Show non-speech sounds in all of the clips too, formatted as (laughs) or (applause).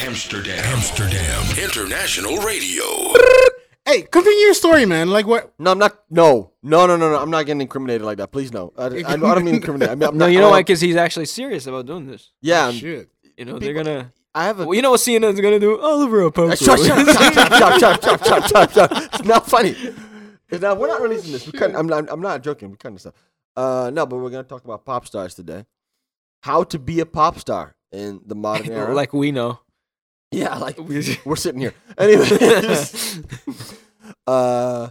Amsterdam. Amsterdam. International Radio. Hey, continue your story, man. Like what? No, I'm not. No, no, no, no, no. I'm not getting incriminated like that. Please, no. I, I, I don't mean incriminate. I mean, I'm No, not, you know I'm- why? Because he's actually serious about doing this. yeah, I'm- Oh, Shit. You know, they're People- gonna. I have a. Well, you know what CNN's gonna do? Oliver Opoku. (laughs) Shut, shut, shut, shut, shut, (laughs) shut, shut, shut, shut, shut. It's not funny. It's not, we're not releasing this. We couldn't, I'm, not, I'm not joking. We couldn't stuff. Uh, no, but we're going to talk about pop stars today. How to be a pop star in the (laughs) modern era. like we know. yeah, like (laughs) We- we're sitting here. (laughs) Anyway, (laughs) uh,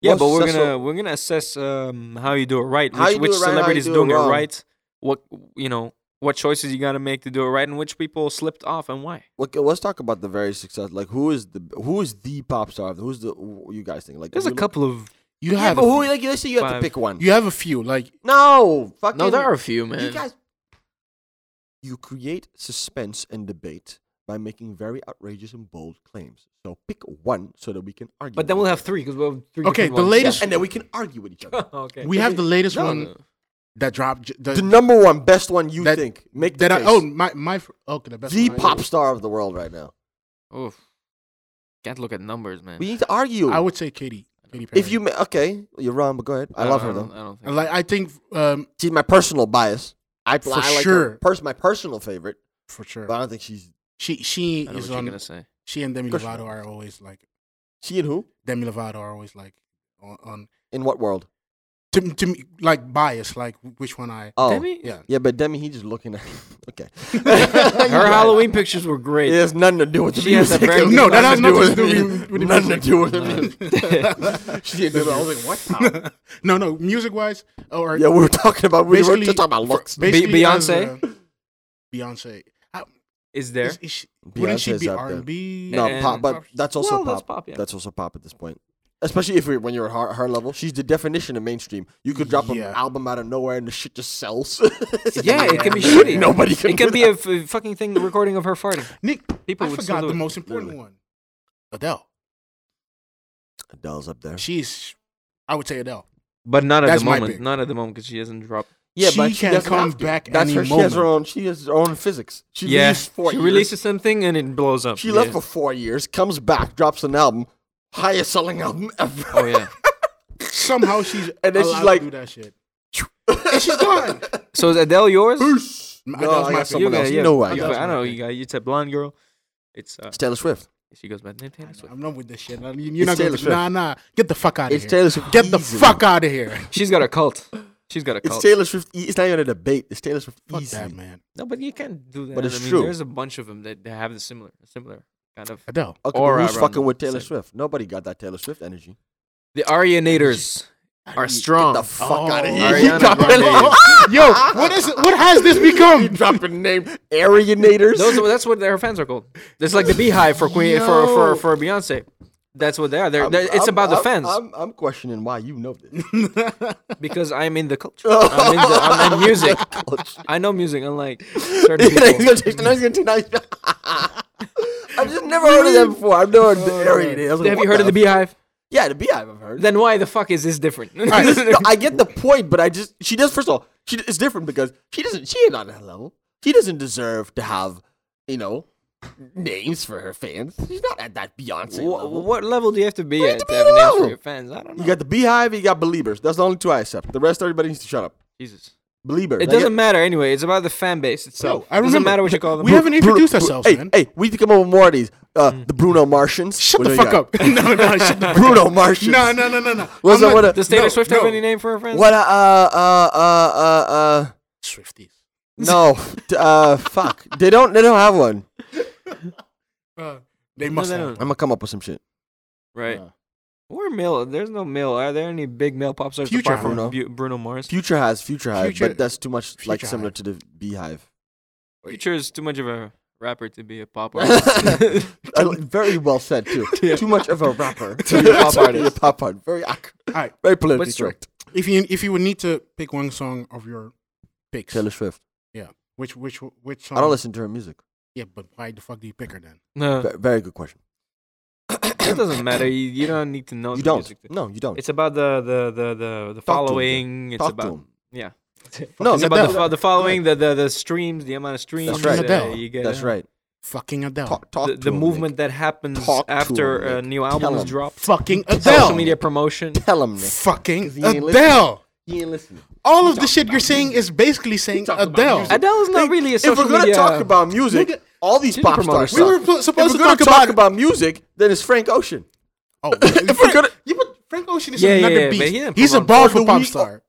Yeah, most but we're successful- gonna we're gonna assess um, how you do it right, How which, you do which it right, how you celebrities do it doing it wrong. right, what you know, what choices you gotta make to do it right, and which people slipped off and why. Look, uh, let's talk about the very success. Like, who is the who is the pop star? Who's the who you guys think? Like, There's if a you look- couple of You Yeah, have a but who? few. Like, let's say you have Five. to pick one. you have a few. Like no, fucking. a few, You guys, you create suspense and debate by making very outrageous and bold claims. So pick one so that we can argue. but then with we'll each have three because we'll have three. Okay, different the ones. other. latest- and then we can argue with each (laughs) other. okay. we have the latest No, one no. that dropped. j- The, the number one best one you that- think make the that I, case. oh my my fr- okay the best the one I- pop star of the world right now. Oof. Can't look at numbers, man. We need to argue. I would say Katie. Katy Perry. if you ma- okay, you're wrong, but go ahead. I, love her don't- though. I don't think. And, like I think um She's my personal bias. I For I like her sure. pers- my personal favorite, for sure but I don't think she's she she I know what is you're on (laughs) gonna say. she and Demi Of course Lovato not. are always like she and who Demi Lovato are always like on, on in what world? to, to me like bias like which one I Oh, Demi? yeah yeah, but Demi, he just looking at. (laughs) (laughs) okay, Her Halloween pictures were great. It has nothing to do with the She has a music. (laughs) very- no that has Nothing nothing to do with- with, with the nothing music. to do with (laughs) the music. She did it. I was like, what? the- (laughs) no no music wise or Yeah, we were talking about we were Basically, just talking about looks. basically as Beyonce? a- Beyonce How- Is there? is- is she- wouldn't she Beyonce's be up R there. and B No, And- pop, but that's also well, pop. that's pop. Yeah. That's also pop at this point. Especially if we, when you're at her, her level, she's the definition of mainstream. You could drop Yeah. an album out of nowhere and the shit just sells. (laughs) yeah, it can be Yeah. shitty. Nobody can. It can do be a f- a fucking thing. The recording of her farting. Nick People I would forgot still do the it. most important one Adele that. Adele's up there. she's I would say Adele But not at That's the my moment. pick. Not at the moment because she hasn't dropped. Yeah, but She she can doesn't come have to. back That's any her. She has her moment. own. She has her own physics. She yeah, leaves four she years. releases something and it blows up. She yeah. left for four years. Comes back, drops an album, highest selling album ever. Oh yeah. somehow she's (laughs) And then she's allowed to like- do that shit and she's (laughs) gone So is Adele yours? No, Adele's my I got pick. someone You got- else. yeah, You know who I you got. got- I know you got. It's a blonde girl. It's uh, It's Taylor Swift. she goes by the name Taylor Swift. I'm done with this shit. You're not Taylor going Swift. to. Nah, nah. Get the fuck out of It's here. Taylor Swift. Get the easily. fuck out of here. She's got a cult. She's got a It's cult. Taylor Swift. e- It's not even a debate. It's Taylor Swift. Fuck easily. that, man. no, but you can't do that. But it's I mean, true. There's a bunch of them that that have the similar, similar kind of Adele. Okay, Or but who's around fucking the with Taylor same. Swift? Nobody got that Taylor Swift energy. the Arianators are strong. Get the fuck out of Oh, here. (laughs) Ariana (laughs) Grande. Yo, what is? What has this he become? dropped a name. Arianators. (laughs) Those are, that's what their fans are called. It's like the Beehive for Queen for, for for Beyonce. That's what they are. They're, I'm- they're- I'm- it's about the I'm- fans I'm, I'm questioning why you know (laughs) this. because I'm in the culture. Oh. I'm in, the, I'm in music. (laughs) I know music. Unlike certain He's people. gonna take the noise, he's gonna take the- (laughs) I've just never heard of that before. I've never heard of the Arianators. Have you heard of the Beehive? Beehive? Yeah, the Beehive I've heard. Then why the fuck is this different? (laughs) No, I get the point, but I just she does. First of all, she it's different because she doesn't. She ain't on that level. She doesn't deserve to have, you know, names for her fans. She's not at that Beyonce Wha- level. what level do you have to be you at have to to be have at a names for level? your fans? I don't know. You got the Beehive. You got Believers. That's the only two I accept. The rest, everybody needs to shut up. Jesus. Believers. It I get- doesn't matter anyway. It's about the fan base itself. Yo, I it doesn't remember- matter what you call them. We haven't introduced Bru- ourselves, hey, man. Mm. Hey, we need to come up with more of these. Uh, The Bruno Martians. Shut What the do you fuck got? up. (laughs) no, no, shut (laughs) the fuck (laughs) Bruno up. Martians. No, no, no, no, no. What's I'm up, what not- up? Does Taylor no, Swift have no. any name for her fans? What? Uh, uh, uh, uh, uh. Swifties. (laughs) No. D- uh, fuck. They don't. They don't have one. Uh, they must they have. don't. I'm gonna come up with some shit. Right. Yeah. We're male. There's no male. Are there any big male pop stars Future apart from Bruno. Bu- Bruno Mars? Future has Future Hive, Future- but that's too much like Future similar Hive. to the Beehive. Future is too much of a rapper to be (laughs) a pop I artist. li- (laughs) Uh, Very well (laughs) said too. Yeah. Too much of a rapper. To be a pop To be a artist. pop artist. Very accurate. All right. Very politically it's true. correct. If you if you would need to pick one song of your picks, Taylor Swift. yeah, which which which song? I don't listen to her music. Yeah, but why the fuck do you pick her then? no, (laughs) Ve- Very good question. it doesn't matter. You, you don't need to know. You the don't. music. No, you don't. It's about the the the the, Talk the to 'em, following. It's Talk to about (laughs) 'em. yeah. No, it's Fucking about the, Adele. fo- the following, the, the the streams, the amount of streams. right. uh, Adele. you get That's out. right. Fucking Adele. Talk, talk the, to the him, movement Nick. that happens Talk to after him, a Nick. new Tell album is him. dropped. Fucking Social Adele. media promotion. Tell him, (laughs) Nick. Fucking 'Cause he ain't listening. Adele. He ain't listening. All of the shit you're saying is basically saying talking about Adele. music. Adele is not really a If social we're gonna media. talk about music, all these she's a pop promoter. stars. We were suck. fu- supposed if to we're gonna talk talk about- about music, then it's Frank Ocean. Oh, If we're gonna- yeah, but Frank Ocean is Yeah, yeah, another yeah, but beast. he didn't He's a promote bar it. Or for do pop we- star.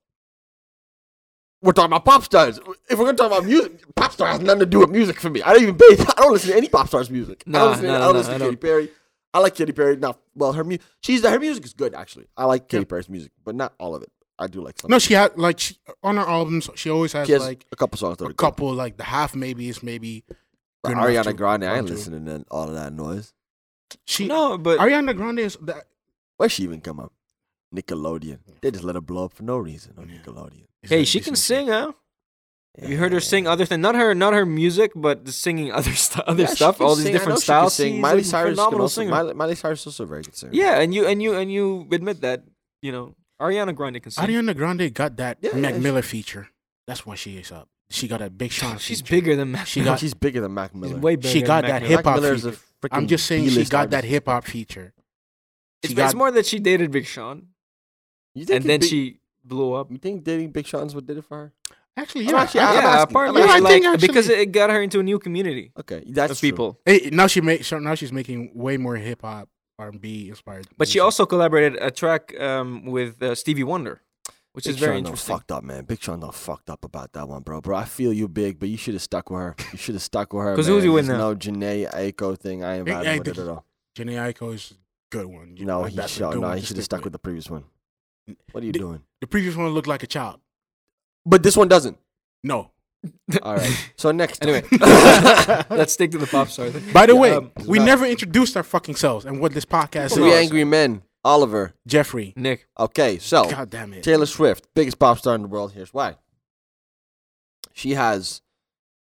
We're talking about pop stars. If we're gonna talk about music, pop star has nothing to do with music for me. I don't even pay. (laughs) I don't listen to any pop stars' music. I Nah, don't listen, nah, to, I don't nah, listen I to Katy don't. Perry. I like Katy Perry. Not well. Her mu- she's her music is good actually. I like Katy Perry's music, but not all of it. I do like some. No, she had like she, on her albums. She always has, she has like a couple songs that are a good. couple, like the half maybe is maybe. But good enough to- Ariana Grande. I ain't to- listening to all of that noise. She No, but Ariana Grande is that Where she even come up? Nickelodeon. They just let her blow up for no reason on Nickelodeon. is hey, that she can decent. sing, huh? Have you heard her sing other things? Not her, not her music, but the singing (laughs) other stu- other Yeah, she stuff, can all these sing. I know different she can styles. sing. She's Miley a Cyrus can phenomenal also- singer. Miley, Miley Cyrus is also a very good singer. Yeah, and you and you and you admit that you know Ariana Grande can sing. Ariana Grande got that Yeah, Mac yeah, she- Miller feature. That's why she is up. She got that Big Sean. she's feature. bigger than Mac. She Miller. got- she's bigger than Mac She's Miller. way bigger. She than got Mac that Miller. hip hop Mac Miller is a feature. freaking I'm just saying she B-list got artist. that hip hop feature. It's, She got- it's more that she dated Big Sean, You think and then Big- she blew up. You think dating Big Sean's what did it for her? Actually, I'm yeah. actually- I- I'm yeah, asking. apparently, Yeah, I like, think because actually- it got her into a new community Okay, that's of true. people. Hey, now she make so now she's making way more hip hop R and B inspired. But she music. also collaborated a track um, with uh, Stevie Wonder, which Big is very Sean done interesting. fucked up, man. Big Sean done fucked up about that one, bro. Bro, I feel you, big, but you should have stuck with her. You should have stuck with her. (laughs) 'Cause who's man. you with This now? No Janae Aiko thing. I ain't Hey, vibing hey, with it the- at all. Jenny Aiko is a good one. You No, like, he that's a should. good No, one he to should have stick stuck with the previous one. What are you Did- doing? The previous one looked like a child. But this (laughs) one doesn't. No. (laughs) All right. So next. (laughs) time. (laughs) Anyway, let's stick to the pop star thing. By the Yeah, way, um, we not- never introduced our fucking selves and what this podcast Three is. angry men. Oliver. Jeffrey. Nick, Okay, so God damn it. Taylor Swift, biggest pop star in the world. Here's why. She has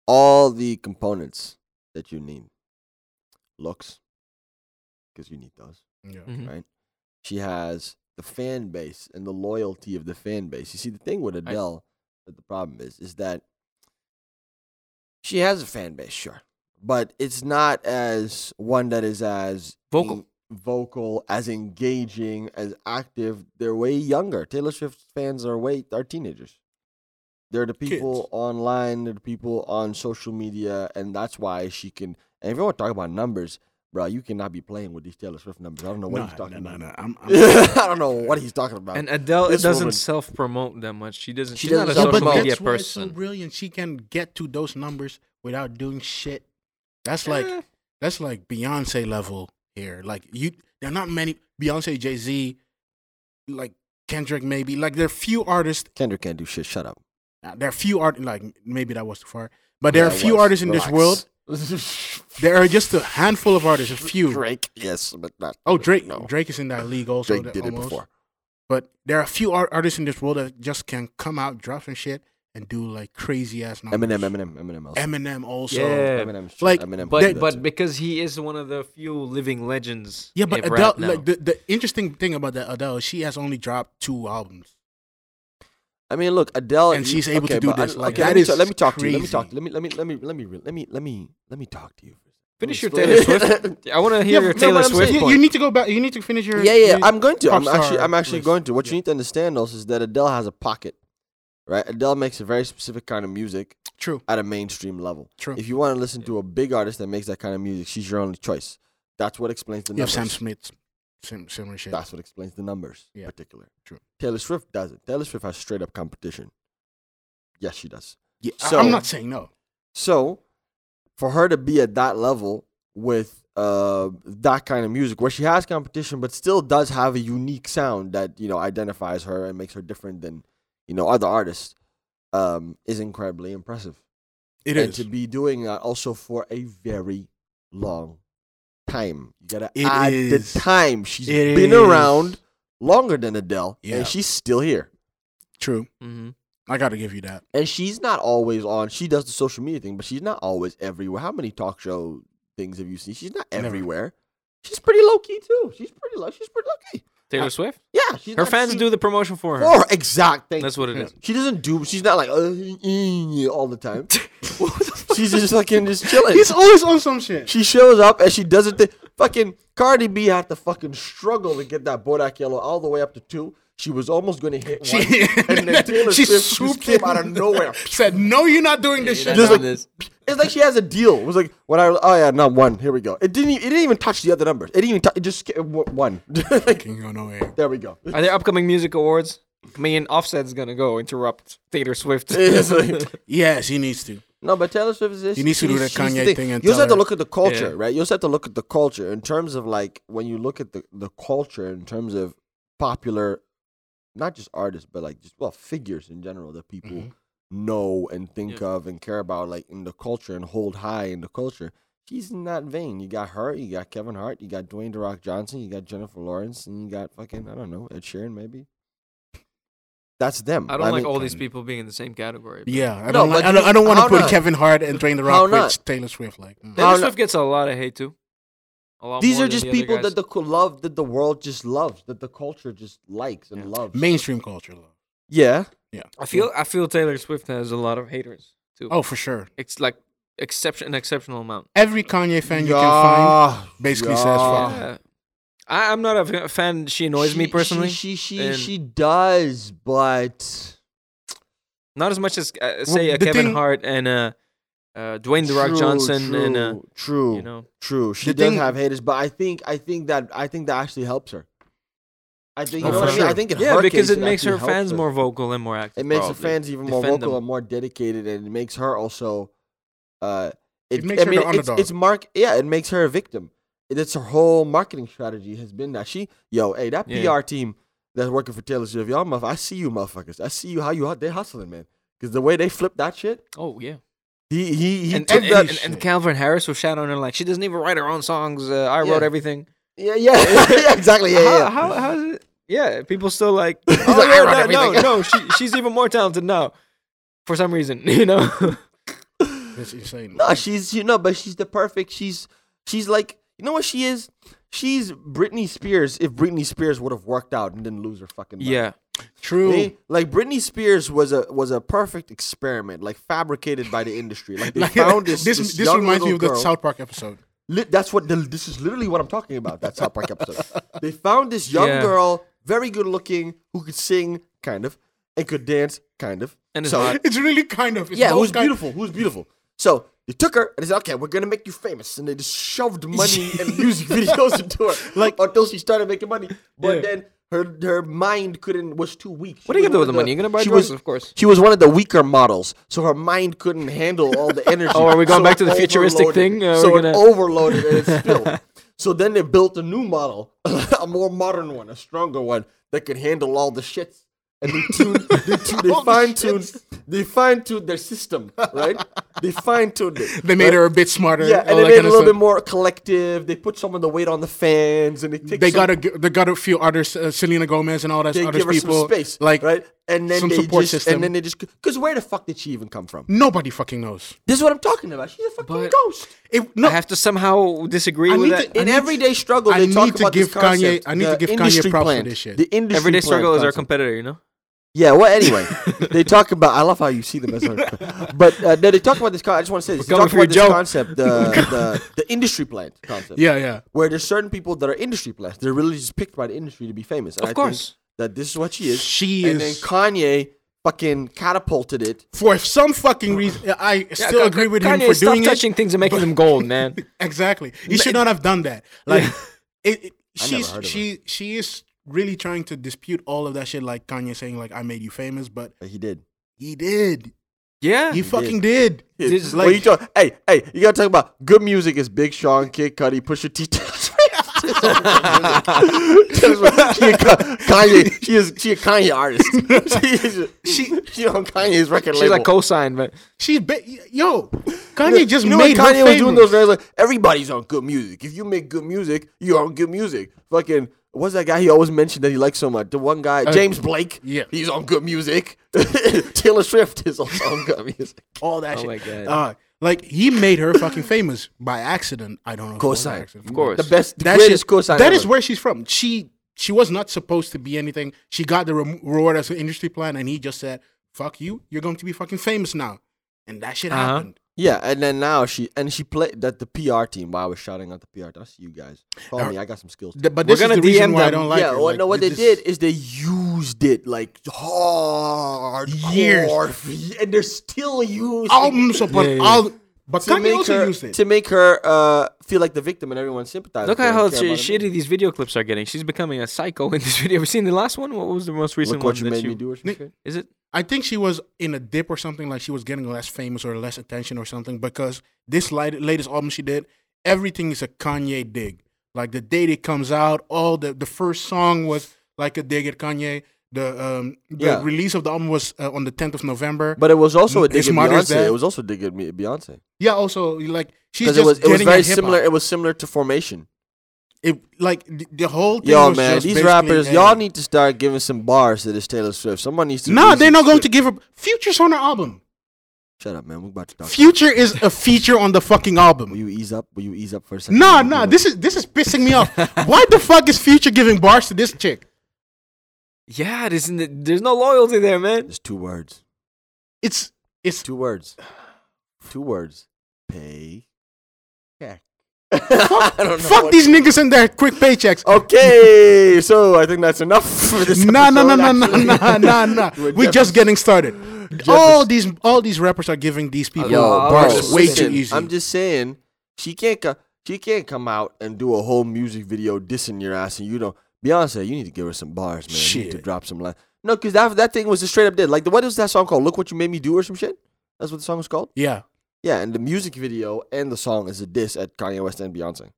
all the components that you need. Looks, because you need those. Yeah. Mhm. Right. She has the fan base and the loyalty of the fan base. You see, the thing with Adele, that the problem is, is that she has a fan base, sure, but it's not as one that is as Vocal. en- vocal, as engaging, as active. They're way younger. Taylor Swift fans are way are teenagers. They're the people Kids. online. They're the people on social media, and that's why she can. And if you want to talk about numbers, bro, you cannot be playing with these Taylor Swift numbers. I don't know what Nah, he's talking nah, about. nah, nah. (laughs) I'm- I I'm- don't know what he's talking about. and uh, Adele it Uh, This doesn't woman- self promote that much. She doesn't. She she's not a doesn't Yeah, but social self-promote. media that's why it's so person. brilliant. She can get to those numbers without doing shit. That's like Eh. that's like Beyonce level here. Like you, there are not many Beyonce, Jay Z, like Kendrick, maybe. Like there are few artists. uh, Kendrick can't do shit. Shut up. There are few art. Like maybe that was too far. But there are Yeah, few Wes, artists in this world. (laughs) relax. There are just a handful of artists. A few. Drake, yes, but not. Oh, Drake. No. Drake is in that league also. Drake that did it almost. before. But there are a few art- artists in this world that just can come out, drop some shit, and do like crazy ass numbers. Eminem, Eminem, Eminem. Also. Eminem also. Yeah, Eminem, Like, Eminem. but did that but too. because he is one of the few living legends. Yeah, but of Adele, rap now. like the, the interesting thing about that Adele, she has only dropped two albums. I mean, look, Adele, And you- she's able to okay, do but I- this, like, okay, that let me, ta- is let me talk to you. Let me talk. crazy. Let me let me let me let me re- let me let me let me talk to you. finish your Let Taylor me- (laughs) Swift. I want to hear Yeah, your no, but Taylor I'm Swift. saying- you, point. you need to go back. You need to finish your. yeah, yeah, your- I'm going to. I'm pop actually, star I'm actually list. going to. What you Yeah. need to understand also is that Adele has a pocket, right? Adele makes a very specific kind of music True. at a mainstream level. True. If you want to listen to a big artist that makes that kind of music, she's your only choice. That's what explains the You have numbers. Sam Smith, sim- similar shit. That's what explains the numbers in Yeah. particular. True. Taylor Swift doesn't. Taylor Swift has straight up competition. Yes, she does. Yeah, I- so- I'm not saying no. So, for her to be at that level with uh, that kind of music, where she has competition but still does have a unique sound that you know identifies her and makes her different than you know other artists, um, is incredibly impressive. It and is. to be doing that also for a very long time. You gotta It add is. the time. She's It been is. around longer than Adele, Yeah. and she's still here. True. Mm-hmm. Mhm. I got to give you that. And she's not always on. She does the social media thing, but she's not always everywhere. How many talk show things have you seen? She's not Never. everywhere. She's pretty low key too. She's pretty low. She's pretty low key. Taylor Swift. Yeah, she's Her not fans seen- (laughs) do the promotion for her. for exact thing. (laughs) That's what it is. (laughs) She doesn't do. She's not like uh, all the time. She's just fucking (laughs) just chilling. He's always on some shit. She shows up and she doesn't think fucking Cardi B had to fucking struggle to get that Bodak Yellow all the way up to two. She was almost going to hit one, She, (laughs) (laughs) and then Taylor she Swift just swooped came in. out of nowhere. Said, "No, you're not doing this shit." Just Just like- this. It's like she has a deal. It was like when I oh yeah, not one. Here we go. It didn't. e- It didn't even touch the other numbers. It didn't even. Touch, it just it wa- one. (laughs) like, Ain't going nowhere. there we go. Are there upcoming music awards? Me and Offset's gonna go interrupt (laughs) Taylor Swift. (laughs) It's like- Yes, he needs to. No, but Taylor Swift is this. You need to do she's- the she's Kanye thing. thing and you also tell have to her. look at the culture, Yeah. right? You also have to look at the culture in terms of like when you look at the, the culture in terms of popular, not just artists, but like just well figures in general that people Mm-hmm. know and think of and care about, like in the culture and hold high in the culture. She's in that vein. You got her, you got Kevin Hart, you got Dwayne The Rock Johnson, you got Jennifer Lawrence, and you got fucking I don't know Ed Sheeran maybe. That's them. I don't like mean- all these people being in the same category. but Yeah, I No, don't. like, but I don't, I you- don't want how to put not? Kevin Hart and Dwayne the How Rock not? with Taylor Swift. Like, mm. Taylor How Swift gets a lot of hate too. A lot These more are than just the other people guys. that the cu- love that the world just loves, that the culture just likes and Yeah. loves. mainstream culture, though. yeah. I I feel feel I feel Taylor Swift has a lot of haters too. Oh, for sure. it's like exception an exceptional amount. Every Kanye fan you can find. basically says fuck. Yeah. Yeah. I, I'm not a f- fan. She annoys She- me personally. She she she, and- she does, but not as much as uh, say a the Kevin thing- Hart and uh, uh, Dwayne the Rock True, Johnson and uh, true, true, you know true. She The does thing- have haters, but I think I think that I think that actually helps her. I think you Oh, know for what I mean. I sure. think in yeah her because case, it makes actually her helps fans more vocal and more active. It makes her probably. fans even more Defend vocal them. and more dedicated, and it makes her also. Uh, It makes her the it's, underdog. it's mark. Yeah, it makes her a victim. It- It's her whole marketing strategy has been that she, yo, hey, that Yeah. PR team that's working for Taylor Swift, y'all, motherf- I see you, motherfuckers. I see you how you out there hustling, man. Because the way they flip that shit, Oh yeah, he he he and took and, every that. and, and shit. Calvin Harris was shouting on her like she doesn't even write her own songs. Uh, I Yeah. wrote everything. yeah, yeah, (laughs) yeah, exactly. Yeah, yeah. How, how, how's it? Yeah, people still (laughs) like. oh, like, I yeah, wrote no, no, everything. no. She, she's even more talented now, for some reason. (laughs) You know. That's insane. No, she's you know, but she's the perfect. She's she's like you know what she is. She's Britney Spears. If Britney Spears would have worked out and didn't lose her fucking mind. yeah, True. Me? Like Britney Spears was a was a perfect experiment, like fabricated by the industry. Like they Like, found (laughs) (laughs) this. this This, this young reminds me little of the girl. South Park episode. Li- that's what the, this is literally what I'm talking about. That South Park episode. They found this young Yeah. girl, very good looking, who could sing kind of and could dance kind of. And is so hot. It's really kind of. It's yeah, those who's kind- beautiful? Who's beautiful? So they took her and they said, "Okay, we're gonna make you famous." And they (laughs) just shoved money and music videos into her, like until she started making money. But Yeah. then her her mind couldn't was too weak. What are you gonna do with the money? You're gonna buy she drugs, was- of course. She was one of the weaker models, so her mind couldn't handle all (laughs) the energy. Oh, are we going so back it to the futuristic overloaded. thing? Uh, so we're it gonna- overloaded and (laughs) it spilled. so then they built a new model, (laughs) a more modern one, a stronger one that could handle all the shits. And they (laughs) tuned, they, tuned, they fine tuned, they fine tuned their system, right? They fine tuned it. They made her a bit smarter. Yeah, all and they that made it kind a of little stuff. bit more collective. They put some of the weight on the fans, and they take They some, got a g- they got a few artists, uh, Selena Gomez and all that they other give her people. some space, like right? And then some they support just, system. and then they just because where the fuck did she even come from? nobody fucking knows. This is what I'm talking about. She's a fucking But- ghost. It, no, I have to somehow disagree I with need that. to- In need- everyday struggle, I they talk need to about this give Kanye- concept, I need the to give Kanye industry props for plan, this shit. The industry Everyday plan struggle is our concept. competitor, you know. Yeah. Well, anyway, they talk about. I love how you see them as. Our, but uh, no, they talk about this. Con- I just want to say this. They coming talk for your about this joke. concept, the, the the industry plan concept. yeah, yeah. Where there's certain people that are industry plans. They're really just picked by the industry to be famous. And I Of think course. that this is what she is. She and is- then Kanye fucking catapulted it. For some fucking reason, I still Ka- agree with Kanye, him for stop doing it. touching things and making them gold, man. (laughs) Exactly. He should not have done that. Like it, it never she's heard of she she is really trying to dispute all of that shit like Kanye saying like I made you famous, but But he did. he did. Yeah, He fucking did. This is Well, you talk- hey, hey, you gotta talk about good music is Big Sean, Kid Cudi, Pusha T. (laughs) Taylor Swift. Taylor Swift, she a Ka- Kanye, she is she a Kanye artist. (laughs) she is she, she on Kanye's record she's label. like co-signed, but She's ba- yo, "Oh, Kanye just you know when made her Kanye was doing famous. those things like everybody's on good music. If you make good music, you're on good music. Fucking what's that guy he always mentioned that he likes so much? The one guy, James Blake. Uh, yeah. he's on good music. (laughs) Taylor Swift is also on good music. all that shit. my God. Uh, like he made her fucking famous by accident. I don't know. if it was by Cosine. accident. of course. The best, the That greatest shit, cosigner. that ever. is where she's from. She she was not supposed to be anything. She got the rem- reward as an industry plan, and he just said, "Fuck you. You're going to be fucking famous now." And that shit Uh-huh. happened. Yeah, and then now she and she played that the PR team. Wow, I was shouting out the PR. team. I see you guys. Call Now- me. I got some skills. Th- but We're this is gonna the reason DM why I them. don't like yeah, her. well, Like, no, what they this- did is they used it like hard Years. hard for ye- and they're still using albums it upon Yeah, yeah. all. But to Kanye make also her used it. to make her uh, feel like the victim and everyone sympathizes. Look with her at and how care sh- about her. shitty these video clips are getting. She's becoming a psycho in this (laughs) video. Have you seen the last one? What was the most recent Look what you one? that made me do. Or some Nick- shit. Is it? I think she was in a dip or something. Like she was getting less famous or less attention or something because this light, latest album she did, everything is a Kanye dig. Like the date it comes out, all the the first song was like a dig at Kanye. The um the Yeah. release of the album was uh, on the 10th of November. But it was also a His dig at mother's Beyonce. dead. It was also a dig at me- Beyonce Yeah, also like she's because just it was it getting was very at hip-hop. similar. It was similar to Formation. It like the, the whole thing Yo, was man, just these basically rappers, a- y'all need to start giving some bars to this Taylor Swift. Someone needs to. No, do they're some not going shit. to give up. Future's on her album. Shut up, man. We're about to talk. Future is a feature on the fucking album. Will you ease up? Will you ease up for a second? Nah, Will you nah. do it? This is this is pissing me (laughs) off. Why the fuck is Future giving bars to this chick? Yeah, it isn't it, there's no loyalty there, man. There's two words. It's (laughs) it's Two (sighs) words. Two words. Pay. Yeah. fuck these niggas and their quick (laughs) paychecks. Okay, so I think that's enough for Oh, this. Nah, nah, nah, episode, nah, nah, nah, actually. nah, nah. (laughs) We're We're just getting started. Jeff All is- these all these rappers are giving these people Yo, Yo, bro, bars way too listen, easy. I'm just saying, she can't co- she can't come out and do a whole music video dissing your ass, and you don't. Beyonce, you need to give her some bars, man. You need to Shit. drop some line. No, because that that thing was a straight up dead. Like, the, what was that song called? Look what you made me do, or some shit. That's what the song was called. yeah. Yeah, and the music video and the song is a diss at Kanye West and Beyonce.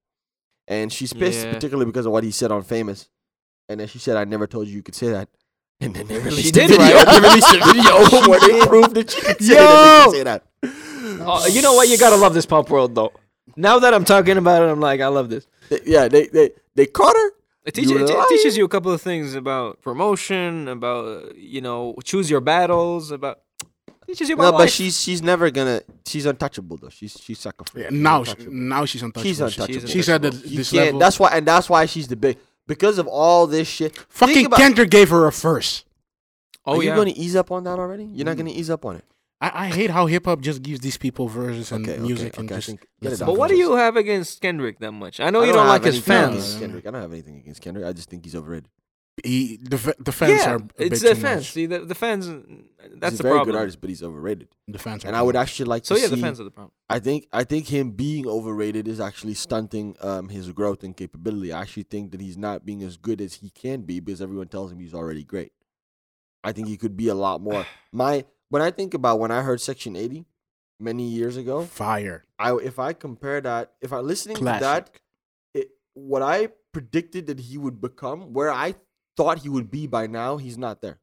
And she's pissed Yeah. particularly because of what he said on Famous. And then she said, I never told you you could say that. And then (laughs) they released did, a video. right? (laughs) They released a (laughs) video where they proved that she could say, that they could say that. Oh, you know what? You gotta love this pop world, though. Now that I'm talking about it, I'm like, I love this. They- yeah, they, they, they caught her. It, teach, You're it, it lying. teaches you a couple of things about promotion, about uh, you know, choose your battles, about teaches you No, about but life. she's she's never gonna. She's untouchable though. She's she's sucker free. Yeah, She's now, she, untouchable. now she's untouchable. she's untouchable. She's She's at the, You this can't- level. That's why, and that's why she's the big because of all this shit. Think fucking about- Kendrick gave her a first. oh Are you yeah, gonna ease up on that already? You're not gonna ease up on it. I, I hate how hip hop just gives these people verses and Okay, okay, music and okay, I just. think- lets get it them out. but what do you have against Kendrick that much? I know you don't, have like his anything against fans. Kendrick. I don't have anything against Kendrick. I just think he's overrated. he, the, the fans Yeah, are a bit it's too the fans. Much. See, the, the fans. That's he's the a very problem. good artist, but he's overrated. The fans are. And too I would much. actually like So to yeah, see. the fans are the problem. I think I think him being overrated is actually stunting um, his growth and capability. I actually think that he's not being as good as he can be because everyone tells him he's already great. I think he could be a (sighs) lot more. My when I think about when I heard Section 80 many years ago, fire. I if I compare that, if I listening Classic. to that, it, what I predicted that he would become, where I thought he would be by now, he's not there.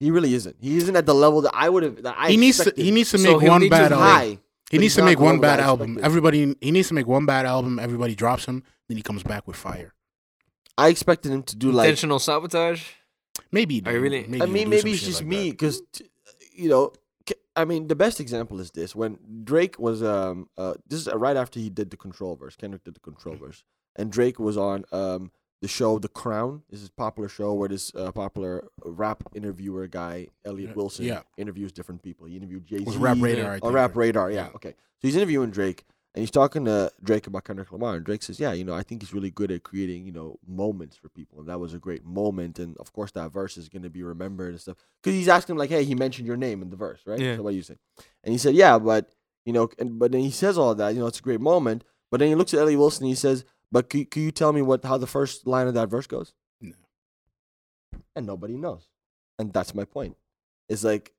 He really isn't. He isn't at the level that I would have. That I he needs to expected. he needs to So make he'll one need to bad album. high. He but needs he's to not make the one level that bad I album. expected. Everybody he needs to make one bad album. Everybody drops him, then he comes back with fire. I expected him to do like. Intentional sabotage. Maybe. Are you really- maybe I he'll mean, do some maybe it's shit just like me that. because you know. c- I mean, the best example is this: when Drake was um uh this is right after he did the Control verse, Kendrick did the Control Mm-hmm. verse, and Drake was on um the show The Crown. This is a popular show where this uh, popular rap interviewer guy Elliot Yeah, Wilson Uh, yeah. interviews different people. He interviewed Jay Z, Was Rap Radar, I on think, Rap right? Radar. Yeah, Yeah. okay. So he's interviewing Drake, and he's talking to Drake about Kendrick Lamar, and Drake says, "Yeah, you know, I think he's really good at creating, you know, moments for people, and that was a great moment, and of course that verse is going to be remembered and stuff." Because he's asking him like, "Hey, he mentioned your name in the verse, right? Yeah. So what do you say?" And he said, "Yeah, but you know," and but then he says all that, you know, it's a great moment, but then he looks at Ellie Wilson, and he says, "But could, could you tell me what how the first line of that verse goes?" No. And nobody knows, and that's my point. It's like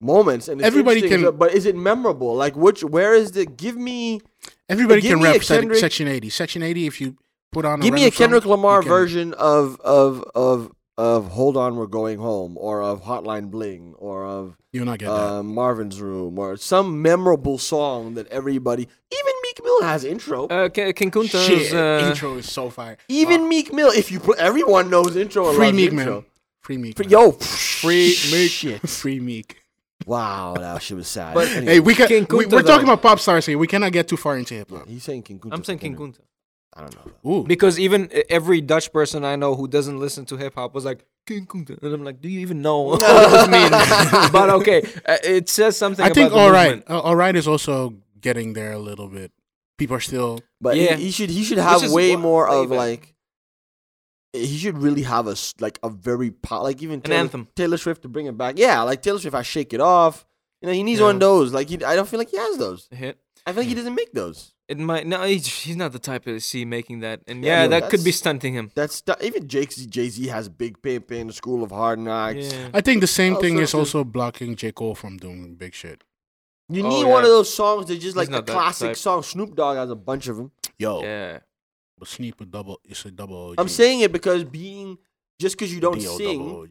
moments and it's Everybody interesting, can- but is it memorable like which where is the give me Everybody Give can me a rap sec- Kendrick- section eighty. Section eighty. If you put on, give me a random song, Kendrick Lamar you can- version of of of of Hold On We're Going Home or of Hotline Bling or of You'll not get that. uh, Marvin's Room or some memorable song that everybody even Meek Mill has intro. Uh, Ken, Ken Kunta's, Shit, uh, intro is so fire. even Meek Mill, if you put everyone knows intro and Free loves Meek, intro. man. Free Meek. Fr- man. Yo, free Meek. Shit. Free Meek. Wow, that shit was sad. But- Anyway, Hey, we can. King We, Kunta, we're though. talking about pop stars here. We cannot get too far into hip hop. he's saying King Kunta I'm saying for King Kendrick. Kunta. I don't know. Ooh. Because even e- every Dutch person I know who doesn't listen to hip hop was like, "King Kong," and I'm like, do you (laughs) even know what this means? (laughs) but okay, uh, it says something. I think about the all right, movement. uh, all right is also getting there a little bit. People are still But Yeah. he, he should he should have is way wh- more way of better. like. He should really have a s- like a very pop, like even Taylor, anthem. Taylor Swift to bring it back. Yeah, like Taylor Swift, I shake it off. You know, he needs one of those. Like he, I don't feel like he has those. Hit. I feel like he doesn't make those. It might no, he's, he's not the type to see making that, and Yeah, yeah, no, that could be that's- stunting him. That's even Jake Jay Z has Big Pimpin, School of Hard Knocks. Yeah. I think the same Oh, thing so is it's a- also blocking J. Cole from doing big shit. You Oh, need yeah. one of those songs that just like not the that classic type. song. Snoop Dogg has a bunch of them. Yo, yeah. but Sneep a double it's a double OG. I'm saying it because being just because you don't DO double sing, OG.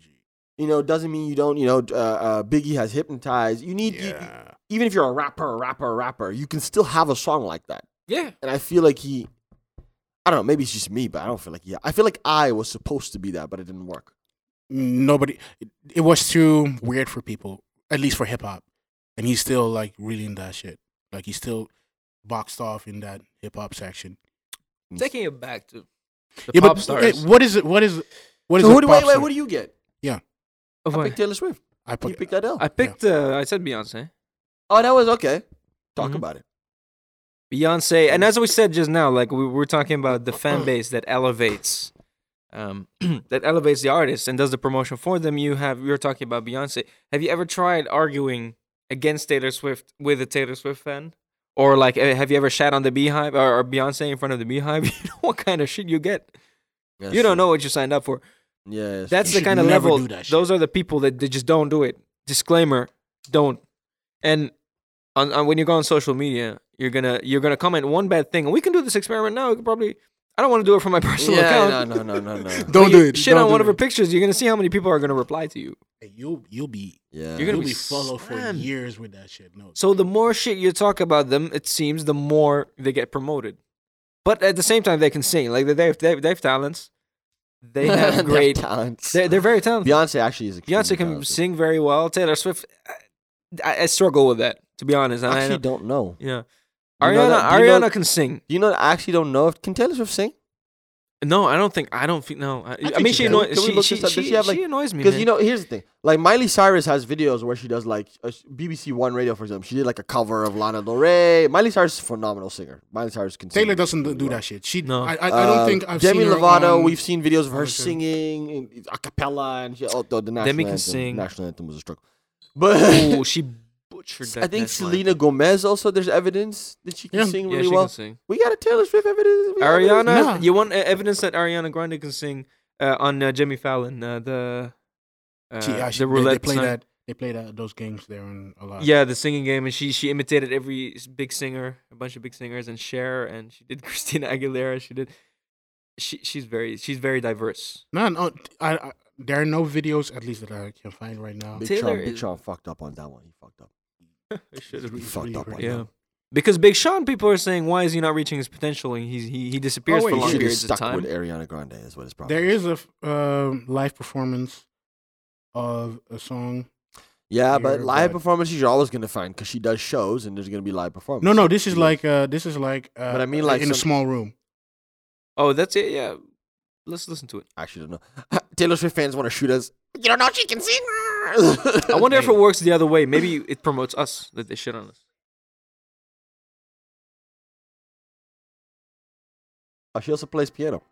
you know, doesn't mean you don't. You know, uh, uh, Biggie has hypnotized. You need you- Yeah. even if you're a rapper, a rapper, a rapper, you can still have a song like that. Yeah. And I feel like he, I don't know, maybe it's just me, but I don't feel like yeah. I feel like I was supposed to be that, but it didn't work. Nobody it, it was too weird for people, at least for hip hop. And he's still like really in that shit. Like he's still boxed off in that hip hop section. Taking it back to the Yeah, pop but stars. hey, what is it what is what is So a who do, pop wait, wait, star? what do you get? Oh, I boy. picked Taylor Swift. I You put, picked that L. I picked. Uh, I said Beyonce. Oh, that was okay. Talk Mhm. about it. Beyonce, and as we said just now, like we were talking about the fan base that elevates, um, (clears throat) that elevates the artist and does the promotion for them. You have you were talking about Beyonce. Have you ever tried arguing against Taylor Swift with a Taylor Swift fan, or like eh, have you ever shat on the Beehive or, or Beyonce in front of the Beehive? (laughs) You know what kind of shit you get. you don't know what you signed up for. Yeah, That's You the should kind of never level. do that shit. Those are the people that they just don't do it. Disclaimer: Don't. And on, on when you go on social media, you're gonna you're gonna comment one bad thing, and we can do this experiment now. We could probably. I don't want to do it from my (laughs) personal account. yeah, no, no, no, no, no. Don't But you do it. Shit Don't on do one of it. her pictures. You're gonna see how many people are gonna reply to you. You'll you'll be You're Yeah, (laughs) (laughs) You're gonna gonna be be followed for slammed. years with that shit. No, So the more shit you talk about them, it seems the more they get promoted. But at the same time, they can sing. Like they they they, they have talents. (laughs) They have great. talents. they're, they're very talented. Beyonce actually is. extremely Beyonce can talented. sing very well. Taylor Swift, I, I struggle with that to be honest. I And I actually know, don't know. yeah, You Ariana know that- do you Ariana know- can sing. You know, I actually don't know if can Taylor Swift sing No, I don't think I don't think no. I, I think mean, she she can. annoys Can we she look she, this up? Does she, she have, like- she annoys me because you man. (laughs) know. Here's the thing: like Miley Cyrus has videos where she does like a s- BBC One Radio, for example. She did like a cover of Lana Del Rey. Miley Cyrus is a phenomenal singer. Miley Cyrus can. sing Taylor doesn't really do well. that shit. She No. I, I, I don't Uh, think I've Demi seen her Lovato. on- we've seen videos of her Okay. singing in- a cappella, and she, oh, the, the national Demi can anthem, sing. National anthem was a struggle, but oh, she butchered that. I think next line. Selena Gomez also. There's evidence that she can Yeah. sing Yeah, really she well. can sing. We got a Taylor Swift evidence. we got Ariana, evidence. Nah. you want uh, evidence that Ariana Grande can sing uh, on uh, Jimmy Fallon uh, the uh, She- yeah, she- the they- they, roulette play song. that. They play that those games there and a lot. Yeah, the singing game, and she she imitated every s- big singer, a bunch of big singers, and Cher, and she did (laughs) Christina Aguilera. She did. She she's very she's very diverse. (laughs) no, no. I, I, there are no videos, at least that I can find right now. Big Taylor Sean, Big is- Sean fucked up on that one. He fucked up. I should It's have- re- it's fucked up hard. on yeah, that. because Big Sean, people are saying, why is he not reaching his potential? And he's he he Oh, disappears wait, for he long should've periods of time. with Ariana Grande. Is what his problem. There is a f- um live performance of a song. yeah, but here, live but- performances you're always gonna find because she does shows and there's gonna be live performances. No, no. This is Oh, Yeah. like uh, this is like. Uh, But I mean, like, in a some- small room. Oh, that's it. Yeah, let's listen to it. I actually don't know. (laughs) Taylor Swift fans want to shoot us. You don't know she can sing. I wonder (laughs) if Hey. it works the other way. Maybe it promotes us that they shit on us. Oh, she also plays piano.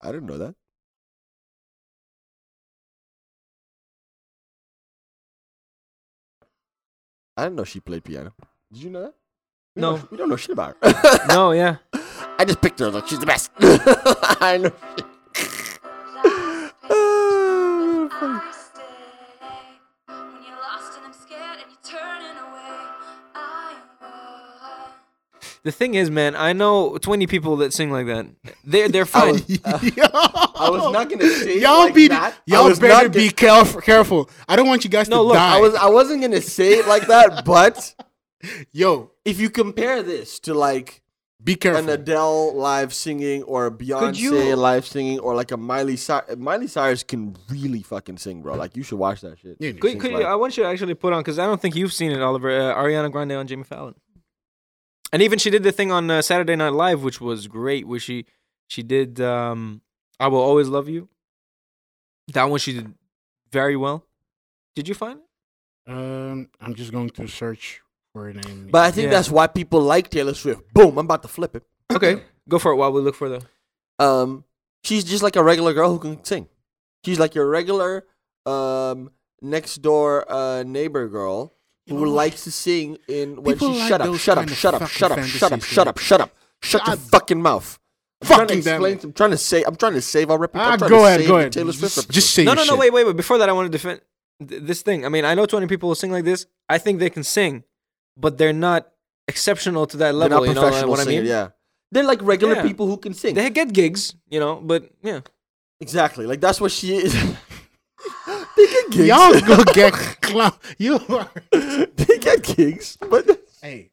I didn't know that. I didn't know she played piano. Did you know that? We don't No. know- we don't know shit about her. (laughs) No, yeah. I just picked her. Like she's the best. (laughs) I know. Uh, (laughs) (laughs) funny. When you're lost and I'm scared and you're turning away, I was. The thing is, man, I know twenty people that sing like that. They're they're fine. I was not (laughs) gonna say it y'all like be that. I y'all was not better gonna- be careful. Careful. I don't want you guys No, to look, die. I was. I wasn't gonna say it like (laughs) that. But Yo, if you compare this to like be an careful. Adele live singing or a Beyonce you- live singing or like a Miley Cyrus, Miley Cyrus can really fucking sing, bro. Like you should watch that shit. Yeah, She Could, sings could you, like- I want you to actually put on because I don't think you've seen it, Oliver. Uh, Ariana Grande on Jimmy Fallon. and even she did the thing on uh, Saturday Night Live, which was great. Where she she did um, "I Will Always Love You." That one she did very well. Did you find it? Um, I'm just going to search for a name. But I think Yeah. that's why people like Taylor Swift. Boom, I'm about to flip it. Okay, (clears throat) go for it while we look for the. Um, she's just like a regular girl who can sing. She's like your regular um next door uh neighbor girl You who know what? likes to sing in when People she like shut up, those shut up, kind of shut up, fucking shut up, shut up, fantasies, shut yeah. up, shut up, shut your God fucking mouth. I'm trying to Fucking damn explain. it. I'm trying to say. I'm trying to save our reputation. ah, I'm trying go to ahead, save go the ahead. Taylor Swift. Just, reputation. just say No, your no, no. shit. Wait, wait, wait. Before that, I want to defend th- this thing. I mean, I know 20 people who sing like this. I think they can sing, but they're not exceptional to that They're level. not You know what I- professional what I mean? singers, Yeah, they're like regular Yeah. people who can sing. They get gigs, you know, but yeah. exactly. Like that's what she is. (laughs) they get gigs. Y'all go get clown. You are. (laughs) they get gigs, but. Hey,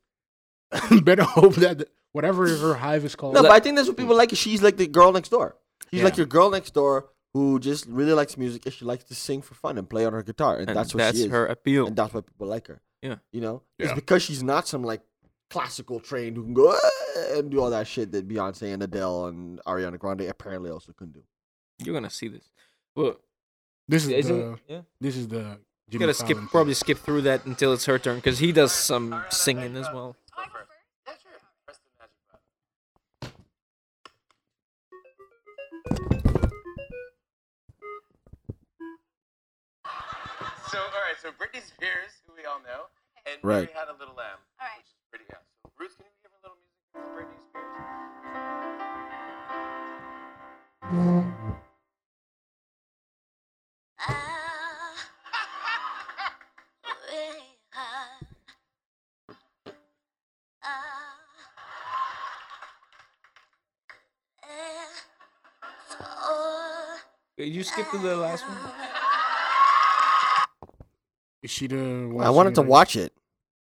(laughs) better hope that the- whatever her hive is called. No, but I think that's what people like. is She's like the girl next door. She's like Yeah. your girl next door who just really likes music and she likes to sing for fun and play on her guitar, and, And that's what she is. her appeal. And that's why people like her. Yeah. you know, it's Yeah. because she's not some like classical trained who can go "Ah," and do all that shit that Beyonce and Adele and Ariana Grande apparently also can do. You're gonna see this. Well, this is isn't the yeah. this is the. You Jimmy gotta skip Fallon thing. probably skip through that until it's her turn because he does some singing as well. So, all right, so Britney Spears, who we all know, and Right. Mary had a little lamb. All right. Pretty awesome. Bruce, can you give her a little music for Britney Spears? You skip to the last one. Is she the? one I wanted to singing right- watch it.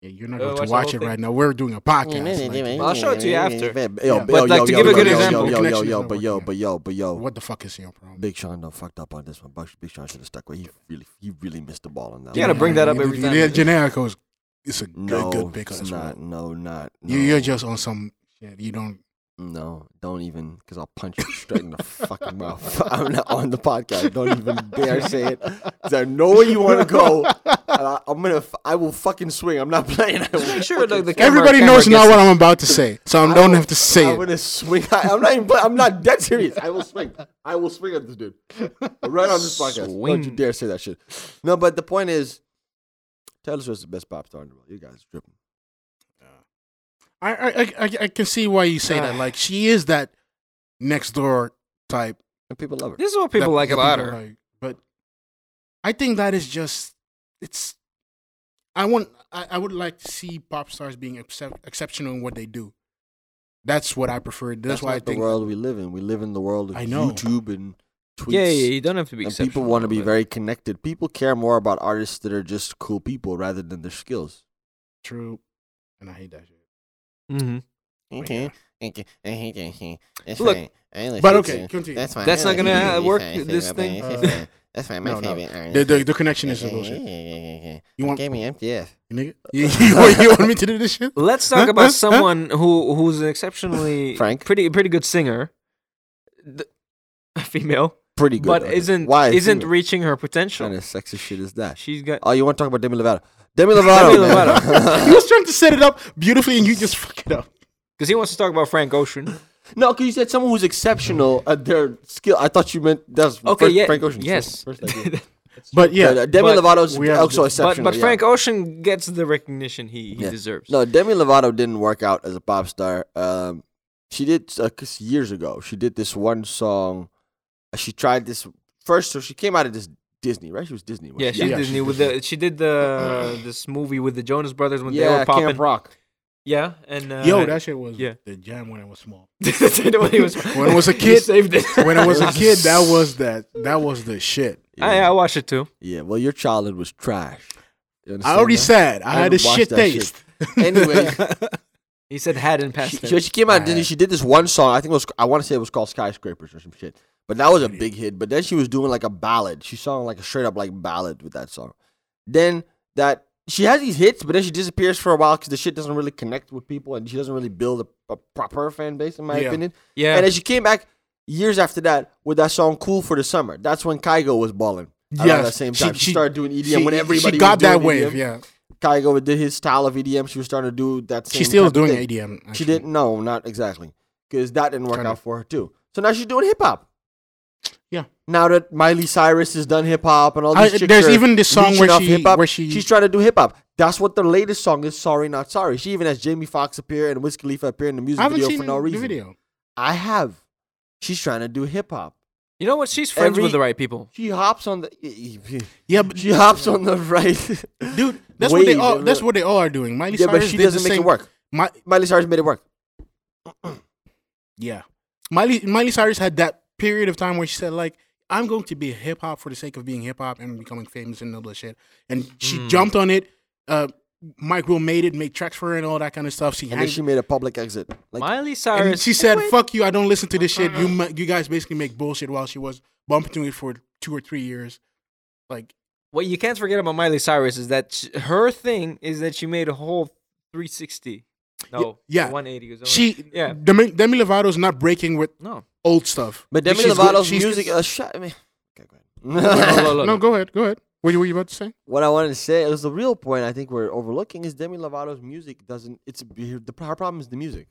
Yeah, you're not Uh, going to watch the watch whole it thing. right now. We're doing a podcast. like, I'll show it to you after. Yo, Yeah. yo, But, like, yo, to yo, give a yo, good yo, example- yo, yo, yo, Connection yo, is but not yo, working. but yo, but yo, what the fuck is your problem? Big Sean done fucked up on this one. Big- Big Sean should have stuck with. He really, he really missed the ball on that. You one. gotta bring that up every time. Yeah, Generico is it's a No, good good pick. it's as well. not. No, not. No, You, you're just on some shit. You don't. no. Don't even, because I'll punch you straight in the fucking mouth. (laughs) I'm not on the podcast. Don't even dare say it. 'Cause I know where you want to go. and I, I'm gonna. f- I will fucking swing. I'm not (laughs) playing. I will Make sure the, the camera, Everybody camera knows gets now it. what I'm about to say, so I don't will- have to say I'm it. gonna swing. I, am not even. Play, I'm not dead serious. I will swing. I will swing at this dude. Right on this podcast. Don't you Swing. dare say that shit. No, but the point is, Taylor Swift's the best pop star in the world. You guys dripping. I, I, I, I- I can see why you say that. Like she is that next door type. and people love her. This is what people that like people about her. like. But I think that is just it's. I want. I, I would like to see pop stars being excep- exceptional in what they do. That's what I prefer. That's, That's, why I not the think. world we live in. We live in the world of I know. YouTube and tweets. Yeah, yeah, yeah, you don't have to be. and people exceptional, want to be but- very connected. People care more about artists that are just cool people rather than their skills. True, and I hate that shit. Mhm. Okay. Look, But okay, continue. That's not gonna uh, work. This thing. Uh, That's my, no, no. artist. the, the the connection is bullshit. You want Gave me MTF. nigga? (laughs) You, you, want, you want me to do this shit? Let's talk Huh? about Huh? someone who who's an exceptionally (laughs) Frank? pretty pretty good singer, (laughs) Th- female, Pretty good. but okay. isn't Why isn't What reaching her kind potential. of sexist shit is that? She's got Oh, you want to talk about Demi Lovato? Demi Lovato. Demi man. (laughs) he was trying to set it up beautifully, and you just fuck it up. because he wants to talk about Frank Ocean. no, because you said someone who's exceptional at their skill. I thought you meant that's Oh. Okay, Frank, yeah, Frank Ocean. yes. First, first (laughs) idea. But yeah, But, uh, Demi but- Lovato's We have also this- but exceptional. but yeah. Frank Ocean gets the recognition he, he Yeah. deserves. No, Demi Lovato didn't work out as a pop star. Um, she did uh, 'cause years ago. She did this one song. uh, She tried this first. So she came out of this Disney, right? She was Disney. wasn't yeah, she? she yeah, Disney she with did. the she did the this movie with the Jonas Brothers when they yeah, were popping. Camp Rock. Yeah, and uh, (laughs) yo, that shit was yeah. the jam when I was small. when he was When I was a (laughs) he kid, saved it. when I was (laughs) a kid, that was that. That was the shit. (laughs) I, I watched it too. Yeah. Well, your childhood was trash. You I understand already that? said I, had a haven't watched shit that taste. (laughs) Anyway, He said had in past she, tense. so she came out of Disney. She did this one song. I think it was I want to say it was called Skyscrapers or some shit. But that was a big hit. But then she was doing like a ballad. She sung like a straight up like ballad with that song. Then that she has these hits, but then she disappears for a while because the shit doesn't really connect with people, and she doesn't really build a, a proper fan base, in my Yeah. opinion. Yeah. And then she came back years after that with that song "Cool for the Summer." That's when Kygo was balling. Yeah, Yes, that same she- time she, she- started doing EDM She, when everybody she was got doing that wave. EDM. Yeah, Kygo did his style of EDM. She was starting to do that. Same she's still type of doing E thing. ADM. She actually. didn't. No, not exactly, because that didn't work Kind out of. for her too. So now she's doing hip hop. Yeah. Now that Miley Cyrus has done hip hop and all I- these chicks there's are even this song reaching where off she- hip-hop, where she- she's trying to do hip hop. That's what the latest song is. Sorry, not sorry. She even has Jamie Foxx appear and Wiz Khalifa appear in the music I haven't video seen for no the reason. video. I have. She's trying to do hip hop. You know what? She's friends Every- with the right people. She hops on the. e, Yeah, but She hops on the (laughs) right. dude, that's what they wave all. and That's look. what they all are doing. Miley Yeah, Cyrus but she did the doesn't make same- it work. Mi- Miley Cyrus made it work. Yeah. Miley Miley Cyrus had that period of time where she said like I'm going to be hip hop for the sake of being hip hop and becoming famous and all that shit. And she Mm. jumped on it. Uh, Mike Will made it, made tracks for her and all that kind of stuff. She And then hanged, she made a public exit. Like Miley and Cyrus. she said, "Fuck you! I don't listen to this shit. You ma- you guys basically make bullshit." While she was bumping to it for two or three years, like what you can't forget about Miley Cyrus is that sh her thing is that she made a whole 360. No, yeah. 180. Oh, or something. she, yeah. Demi, Demi Lovato's not breaking with No. old stuff. But Demi She's good- Lovato's she's- music. Uh, shut. I mean, okay, (laughs) go No, ahead. (laughs) (coughs) no, no, No, no. go ahead, go ahead. What were you about to say? what I wanted to say is the real point. I think we're overlooking is Demi Lovato's music doesn't. It's her, the, her problem is the music.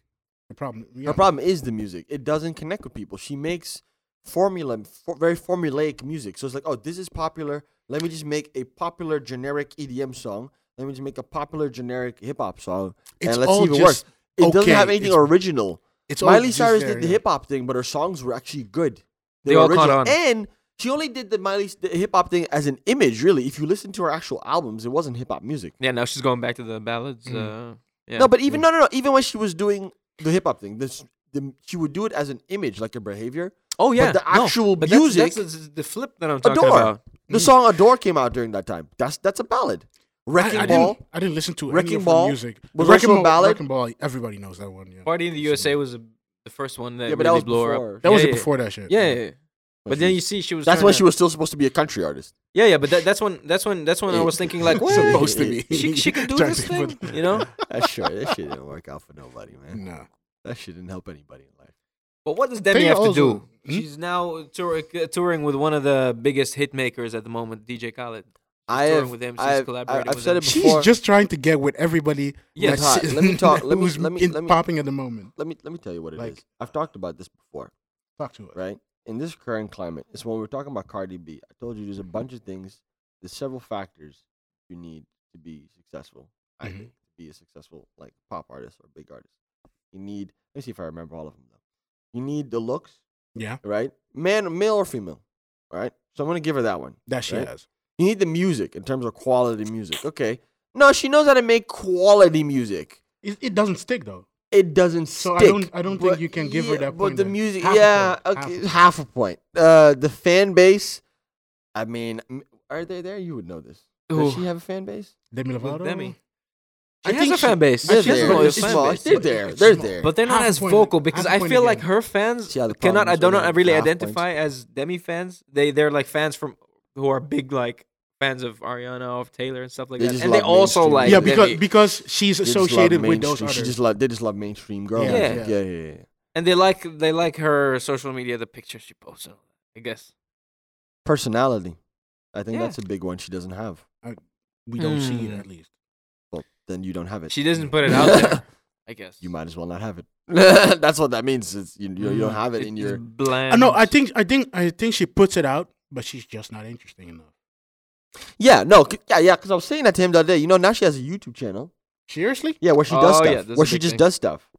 The problem. Her problem is the music. It doesn't connect with people. She makes formula, for, very formulaic music. So it's like, oh, this is popular. Let me just make a popular generic EDM song. Let me just make a popular generic hip hop song, It's and let's see all if it works. just It doesn't have okay. anything It's- original. It's all Miley just Cyrus there, did the yeah. hip hop thing, but her songs were actually good. They were all caught on. And she only did the Miley the hip hop thing as an image, really. If you listen to her actual albums, it wasn't hip hop music. Yeah, now she's going back to the ballads. Uh, yeah. Mm. No, but e, even no, no, no. Even when she was doing the hip hop thing, this the, she would do it as an image, like a behavior. Oh yeah, the no, actual but that's- music- That's, the- the flip that I'm talking Adore. about. The song Adore came out during that time. That's that's a ballad. Wrecking I, I Ball. Didn't, I didn't listen to Wrecking any of Ball her music. was Wrecking also Ball, a ballad. Wrecking Ball. Everybody knows that one. Yeah. Party in the USA was a, the first one that Yeah, but that really was blew her before. up. That yeah, was yeah. it before that shit. Yeah, yeah, yeah. That's But then when- you see, she was. That's trying when to- she was still supposed to be a country artist. Yeah, yeah. But that, that's when. That's when. That's when I was thinking like, (laughs) what? Supposed to be. She she can do Trying this to put- thing, you know. That shit, that shit didn't work out for nobody, man. No. That shit didn't help anybody in life. But what does Demi Thing have to do? also- Hmm? She's now tour- uh, touring with one of the biggest hit makers at the moment, DJ Khaled. I touring have, with him, she's I have, I- collaborating I've with said him. it She's before. just trying to get with everybody. Yes. that's- Hot. Let me (laughs) talk- let me- who's let me- in- let me- popping at the moment. let me let me tell you what it is. Like- I've talked about this before, Talk to us. right? In this current climate, it's when we are talking about Cardi B. I told you there's a bunch of things, there's several factors you need to be successful. I Mhm. think to be a successful like pop artist or big artist, you need. Let me see if I remember all of them though. You need the looks, Yeah. right? Man, male or female, right? So I'm gonna give her that one. That she Right? has. You need the music in terms of quality music. Okay. No, she knows how to make quality music. It, it doesn't stick though. It doesn't So I stick. don't- I don't think but- you can give her yeah, that But point the then. music, Half a yeah, point, half okay, a half a point. Uh, the fan base. I mean, m- are they there? You would know this. Does Who? she have a fan base? Demi Lovato. Demi. I She has think a fan base. I They're she has a there. loyal It's fan small. base, They're but there. it's They're small. there. But they're not Half as point- vocal because half I point feel like again. her fans See how the cannot. problem I is don't already not really half identify as Demi fans. They they're like fans from who are big like fans of Ariana of Taylor and stuff like They that. just And they love also mainstream. like Yeah, because Demi. because she's They just love associated with those mainstream- She others. just love. They just love mainstream girls. Yeah. yeah, Yeah. yeah. yeah, yeah. and they like they like her social media, the pictures she posts. and all that, I guess. Personality. I think Yeah. that's a big one she doesn't have. We don't see it Mm. at least. Well, then you don't have it. She (laughs) doesn't put it out there. I guess you might as well not have it. (laughs) That's what that means. It's, you, you, you Mm-hmm. don't Mm, have it it- in it's your. bland. Uh, I know. I think I think I think she puts it out, but she's just not interesting enough. Yeah, no, c- yeah, yeah. Because I was saying that to him the other day. You know, now she has a YouTube channel. Seriously? Yeah, where she does Oh, yeah, stuff. that's a where she big just thing. does stuff.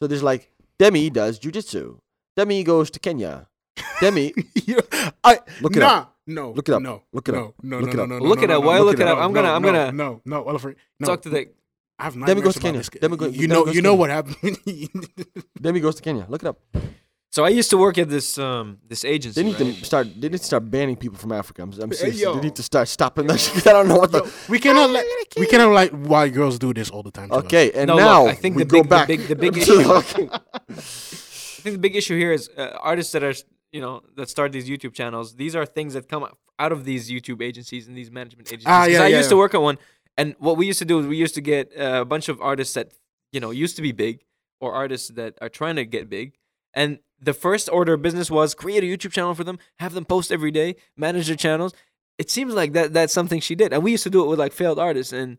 So there's like Demi does jujitsu. Demi goes to Kenya. (laughs) Demi, Yeah, I Look it nah, up. No, Look it up. No, Look it no, up. No, Look it no, up. no, no, Look no, it no, up. no, Why no, look it no, up? I'm no, gonna- I'm no, gonna- No, no, Oliver. No, talk to the I have Demi nightmares goes to about Kenya. this. Demi go- you Demi know, goes you to know Kenya. what happened. (laughs) Demi goes to Kenya. Look it up. So I used to work at this um this They agency. need right? to start. They need to start banning people from Africa. I'm, I'm serious. yo. They need to start stopping that. shit. (laughs) I don't know what the. we cannot let we cannot let white girls do this all the time. to us. Okay, and No, look, now I think we go the big- the back. (laughs) big- the big to issue- talking- I think the big issue here is uh, artists that are you know that start these YouTube channels. These are things that come out of these YouTube agencies and these management agencies. Ah, 'Cause yeah, I yeah, used to yeah. work at one, And what we used to do is we used to get uh, a bunch of artists that you know used to be big or artists that are trying to get big. And the first order of business was create a YouTube channel for them, have them post every day, manage their channels. It seems like that that's something she did. And we used to do it with like failed artists and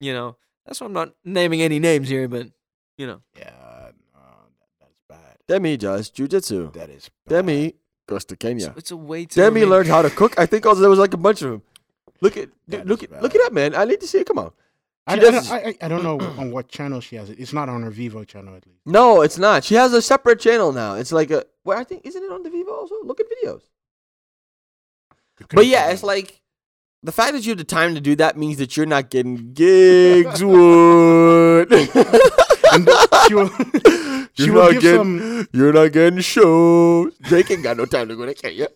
you know, that's why I'm not naming any names here, but you know. Yeah, no, that, that's bad. Demi does jujitsu. That is bad. Demi goes to Kenya. It's, it's a way to Demi remain- learned how to cook. I think also there was like a bunch of them. Look at dude, That look is at look it up, man. I need to see it. Come on. I, I, She don't- does- I, I- I don't know on what channel she has it. It's not on her Vivo channel, at least. No, it's not. She has a separate channel now. It's like a well, I think isn't it on the Vivo also? Look at videos. But yeah, it's like the fact that you have the time to do that means that you're not getting gigs. (laughs) Wood. And the- she will, she (laughs) You're will not give getting- (laughs) some. You're not getting shows. Drake ain't got no time to go to Kenya.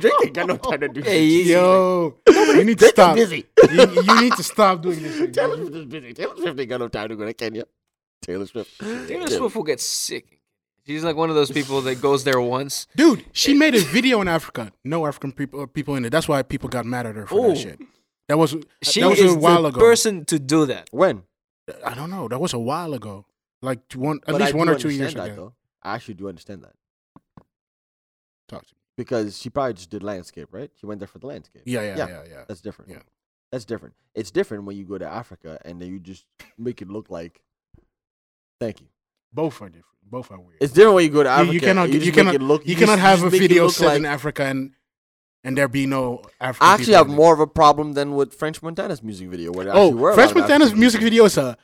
Drake ain't got no time to do that. shit. Yo, you need to Drake is stop. busy. You, you need to stop doing (laughs) this. shit, Taylor bro. Swift is busy. Taylor Swift ain't got no time to go to Kenya. Taylor Swift. Taylor Swift will get sick. She's like one of those people that goes there once. Dude, she made a video in Africa. No African people uh, people in it. That's why people got mad at her for Oh. that shit. That was (laughs) She that was is a while the ago. person to do that. When? I don't know. That was a while ago. Like one, at But I least do one or two understand years that, ago. Though. I actually do understand that Talk to me. because she probably just did landscape, right? She went there for the landscape. Yeah, yeah, Yeah. yeah, yeah. That's different. Yeah. That's different. It's different when you go to Africa and then you just make it look like. Thank you. Both are different. Both are weird. It's different when you go to You- Africa. you, cannot, and you, just make cannot, it look. you, just- cannot have just a make it video look set in like- Africa and and there be no African. I actually people have in it. more of a problem than with French Montana's music video. Where they actually were Oh, a French lot of Montana's African music people. video is a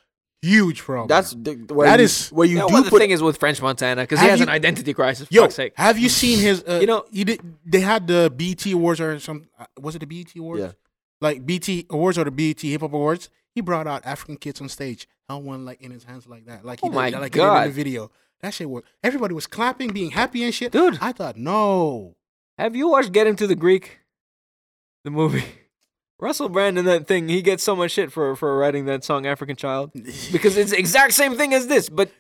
huge problem. Oh, That's the, where That you, is- where you You know do what the put thing is with French Montana because he Have has you- an identity crisis. For Yo, fuck's sake. have you seen his? Uh, You know- he did, they had the BT Awards or some. uh, Was it the BT Awards? Yeah. Like BT Awards or the BT Hip Hop Awards. He brought out African kids on stage, held one like in his hands like that, like he Oh did, my like he did in God. the video. That shit was. Everybody was clapping, being happy and shit. Dude. I thought no. Have you watched Get Him to the Greek? The movie. (laughs) Russell Brand in that thing, he gets so much shit for, for writing that song (laughs) African Child. Because it's the exact same thing as this, but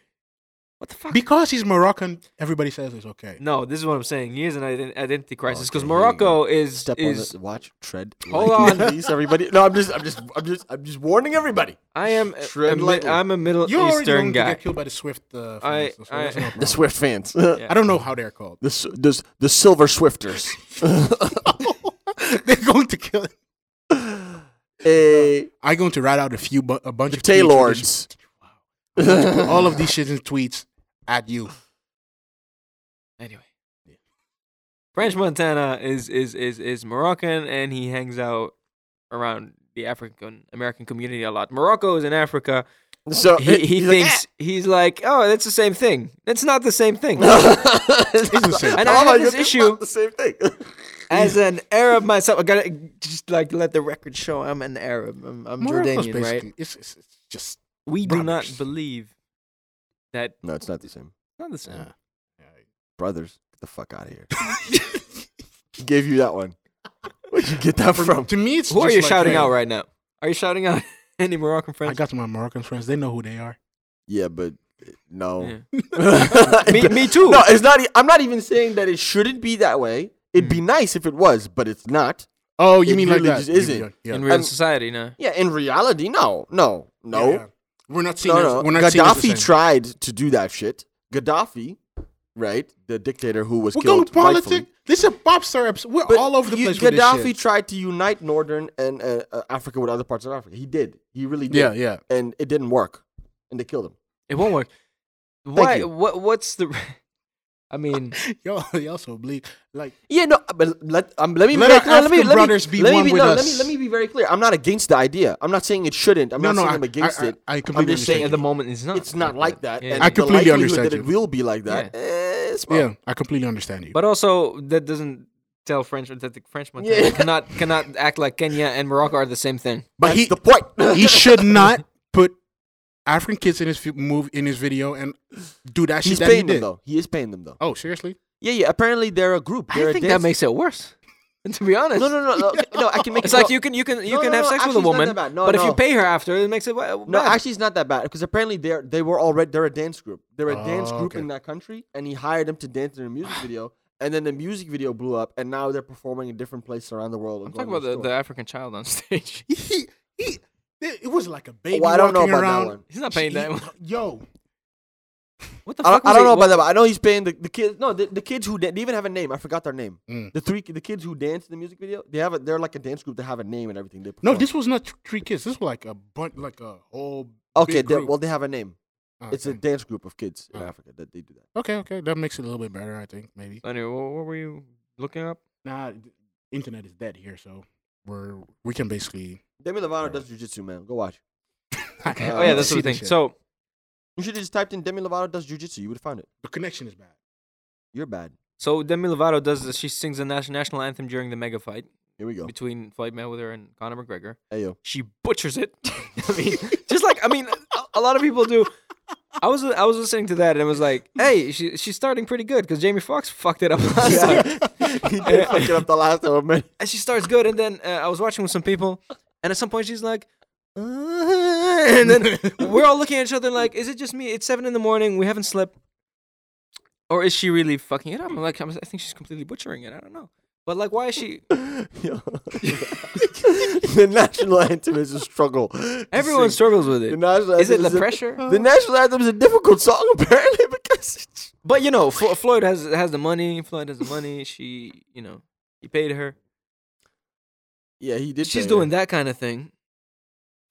what the fuck? Because he's Moroccan, everybody says it's okay. no, this is what I'm saying. He has an ident- identity crisis because Okay, here you Morocco is step is on it, watch, tread. Hold lightly, (laughs) on. please, everybody. No, I'm just, I'm just, I'm just, I'm just warning everybody. I am a- a, Tread mi- lightly. I'm a Middle You're already Eastern going to guy. get killed by the Swift. Uh, I- fans, so I- that's no (laughs) The problem. Swift fans, I don't know how they're called. (laughs) the, s- the s- the silver Swifters. (laughs) they're going to kill. Eh, I'm going to write out a few, bu- a bunch the of tweets with this Taylors. put all of these shit in tweets at you. Anyway. French Montana is, is is is Moroccan and he hangs out around the African American community a lot. Morocco is in Africa. So Oh, He, he he's like, thinks "Ah!" he's like, oh, that's the same thing. That's not the same (laughs) thing. it's the same And I Oh, had you this think issue- about the same thing. As an Arab myself, I gotta just like let the record show I'm an Arab. I'm, I'm Morocco's Jordanian, right? basically- It's, it's, it's just We do not brothers. believe that. (laughs) No, it's not the same. Not the same. Brothers, get the fuck out of here. Gave you that one. Where'd you get that from? to me. It's Who are just you like, shouting hey, out right now? Are you shouting out (laughs) any Moroccan I friends? got my Moroccan friends. They know who they are. Yeah, but eh, no. Yeah. (laughs) me, Me- me too. No, it's not. e- I'm not even saying that it shouldn't be that way. It'd Hmm. be nice if it was, but it's not. Oh, you It mean really like that? just You mean isn't. like- Yeah. In real Um, society, no. Yeah, in reality, no, no, Yeah, no, yeah. We're not seeing. no, No, no. We're not seeing us the Gaddafi same. tried to do that shit. Gaddafi, right? The dictator who was We're going killed. to politics. rightfully. This is a pop star episode. We're But all over the you- place. with this Gaddafi shit. tried to unite northern and uh, uh, Africa with other parts of Africa. He did. He really did. Yeah, (laughs) yeah. And it didn't work, and they killed him. It won't work. Why? you. What? What's the? (laughs) I mean, Y'all, y'all so bleak. Like Yeah, no, but let um, let me Let be our very clear. Let me African let brothers me, be let me one be, with no, Let us. me let me be very clear. I'm not against the idea. I'm not saying it shouldn't. I'm no, not no. saying I, I'm against I, it. I, I completely I'm just understand saying at the moment, it's not. It's not like that. Yeah. And I the completely likelihood understand that it you. will be like that. Yeah. eh, it's you. fine. Yeah, I completely understand you. But also, that doesn't tell French that the French Montana Yeah. cannot cannot act like Kenya and Morocco are the same thing. But That's he the (laughs) point. he should not put African kids in his fi- move in his video and do that shit He's that he paying them did. though. He is paying them though. Oh, seriously? Yeah, yeah. Apparently they're a group. They're I a think that dance- makes it worse. to be honest, No, no, no, no. no, I can make. It's it, like no, you can you can you No, can no, have no, sex actually with a it's not woman, that bad. No, but if you no. pay her after, it makes it wa- No, bad. actually, it's not that bad because apparently they're they were already they're a dance group. They're a dance Oh, group okay. in that country, and he hired them to dance in a music video. And then the music video blew up, and now they're performing in different places around the world. and I'm talking (laughs) going about the, on the African child on stage. He, he, It, it was like a baby Oh, I don't know walking about around. that one. He's not paying He- that. Yo, What the I fuck? don't, was it? I don't know about What- that, but I know he's paying the, the kids. No, the, the kids who dan- they even have a name. I forgot their name. Mm. The three the kids who dance in the music video. They have a, they're like a dance group. They have a name and everything. They no, perform. this was not th- three kids. This was like a bunch, like a whole. okay. big They, group. well, they have a name. Oh, It's a okay. dance group of kids in Oh. Africa that they do that. okay, okay. That makes it a little bit better, I think. Maybe. Anyway, what, what were you looking up? Nah, th- internet is dead here, so we're we can basically. Demi Lovato does jujitsu, man. Go watch. (laughs) oh Oh yeah, that's the thing. So You should have just typed in Demi Lovato does jujitsu. You would have found it. the connection is bad. You're bad. so Demi Lovato does this. She sings the nas- national anthem during the mega fight Here we go. between Floyd Mayweather and Conor McGregor. Hey (laughs) yo. (laughs) She butchers it. I mean, just like I mean, a, a lot of people do. I was I was listening to that and it was like, hey, she she's starting pretty good because Jamie Foxx fucked it up (laughs) last time. he did fuck it up the last time, man. (laughs) and she starts good. And then uh, I was watching with some people, and at some point she's like, "Uh," and then we're all looking at each other like, is it just me? It's seven in the morning. We haven't slept, or is she really fucking it up? I'm like, I'm, I think she's completely butchering it. I don't know. But like, why is she? Yo. the national anthem is a struggle. to Everyone sing. struggles with The it. national Is it anthem the a- pressure? The national anthem is a difficult song apparently (laughs) because it's, But you know, Flo- Floyd has has the money. Floyd has the money. She, you know, he paid her. yeah he did. She's doing that kind of thing.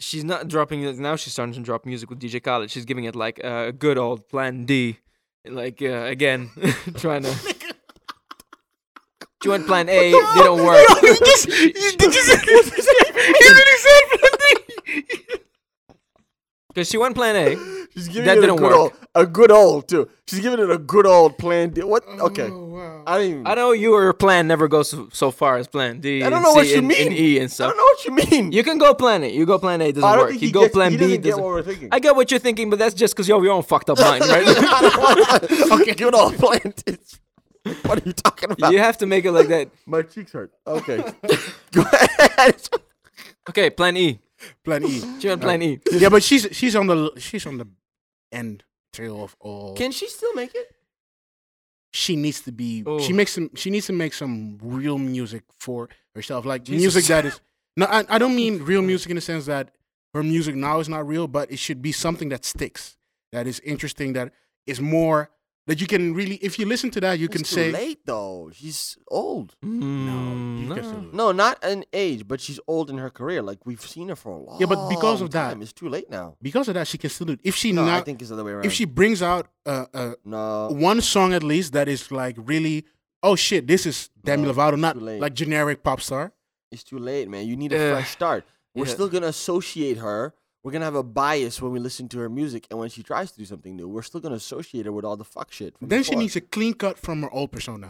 She's not dropping it now. She's starting to drop music with DJ Khaled. She's giving it like a good old Plan D, like uh, again (laughs) trying to. She went Plan A, (laughs) didn't work. (laughs) (laughs) Because she went Plan A. She's giving That it didn't a good work. old, a good old too. She's giving it a good old plan. D- What? Okay, wow. I don't even. I know your plan never goes so, so far as Plan D. I don't and know what C you and- and mean. E and I stuff. don't know what you mean. You can go Plan A. You go Plan A. Doesn't I don't work. think You he go gets- Plan he B. doesn't get Doesn't. what we're thinking. I get what you're thinking, but that's just because you have your (laughs) own fucked up mind, (laughs) right? okay, good old plan. D. What are you talking about? you have to make it like that. My cheeks hurt. (laughs) Okay, go ahead. Okay, Plan E. Plan E. (laughs) She went Plan E. (laughs) yeah, but she's she's on the she's on the end tail of all. Can she still make it? she needs to be Oh. she makes some she needs to make some real music for herself like music that (laughs) is no I, I don't mean real music in the sense that her music now is not real but it should be something that sticks that is interesting that is more that you can really if you listen to that you can It's too say late though. She's old. Mm, you no. can still- No, not in age, but she's old in her career. Like we've seen her for a long. Yeah, but because of that- time, it's too late now. because of that she can still do it. if she No, I not think it's the other way around. if she brings out uh, uh, no, one song at least that is like really oh shit this is Demi No, Lovato not too late. like generic pop star it's too late, man. You need a Yeah. fresh start. We're Yeah. still gonna associate her. We're gonna have a bias when we listen to her music and when she tries to do something new. We're still gonna associate her with all the fuck shit. from then she before. needs a clean cut from her old persona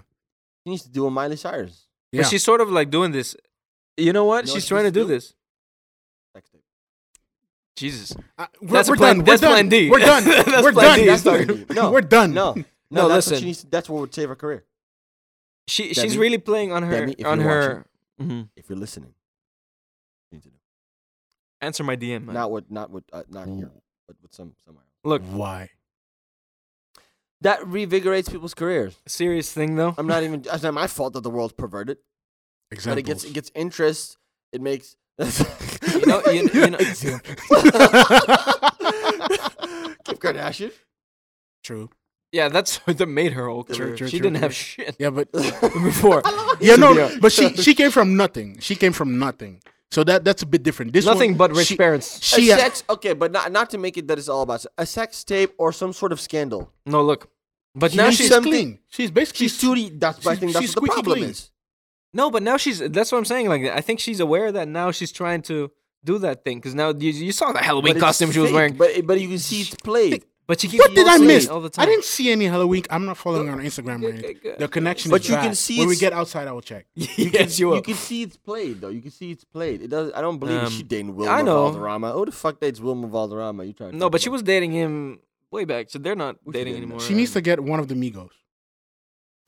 She needs to do a Miley Cyrus. yeah. But she's sort of like doing this. You know what? You know what she's trying to she's do doing? this. Sex tape. Jesus. I- we're, That's we're plan- done. that's we're plan done. D. We're done. (laughs) That's we're plan done. D. That's Sorry. (laughs) done. (laughs) We're done. No, no, No, that's What listen. she needs that's what would save her career. She Demi? she's really playing on her Demi, if on you're her. Mhm. If you're listening, you need to do. Answer my DM. man. Not with, not with, uh, not here, but with some somewhere. Look, Why? That revigorates people's careers. serious thing though. I'm not even. It's not my fault that the world's perverted, but it gets it gets interest. It makes. (laughs) You know, you, you know, Kim Kardashian. True. yeah, that's (laughs) that made her whole career. true, she true, didn't true. have shit Yeah, (laughs) but before. yeah, no. But she she came from nothing. She came from nothing. So that that's a bit different. This Nothing one, but rich she, parents. A She uh, sex, okay, but not not to make it that it's all about se- a sex tape or some sort of scandal. No, look. But she- now she's she's clean. She's basically She's too. That's I she's- think that's she's what the squeaky problem clean. is. no, but now she's. That's what I'm saying. Like, I think she's aware that now she's trying to do that thing because now you, you saw the But Halloween it's costume she was fake, wearing. But, but it- but you can see it's played. she keeps What did I posting miss? all the uh, I time. didn't see any Halloween. I'm not following her on Instagram or anything. (laughs) The connection But is you can bad. see when we it's- get outside, I will check. yes, you You will. can see it's played though. You can see it's played. It does. I don't believe Um, she dating Wilma I know. Valderrama. Who the fuck dates Wilma Valderrama? You trying? to No, talk but she about- was dating him way back, so they're not Who's she dating dating now? anymore. She needs to get one of the Migos.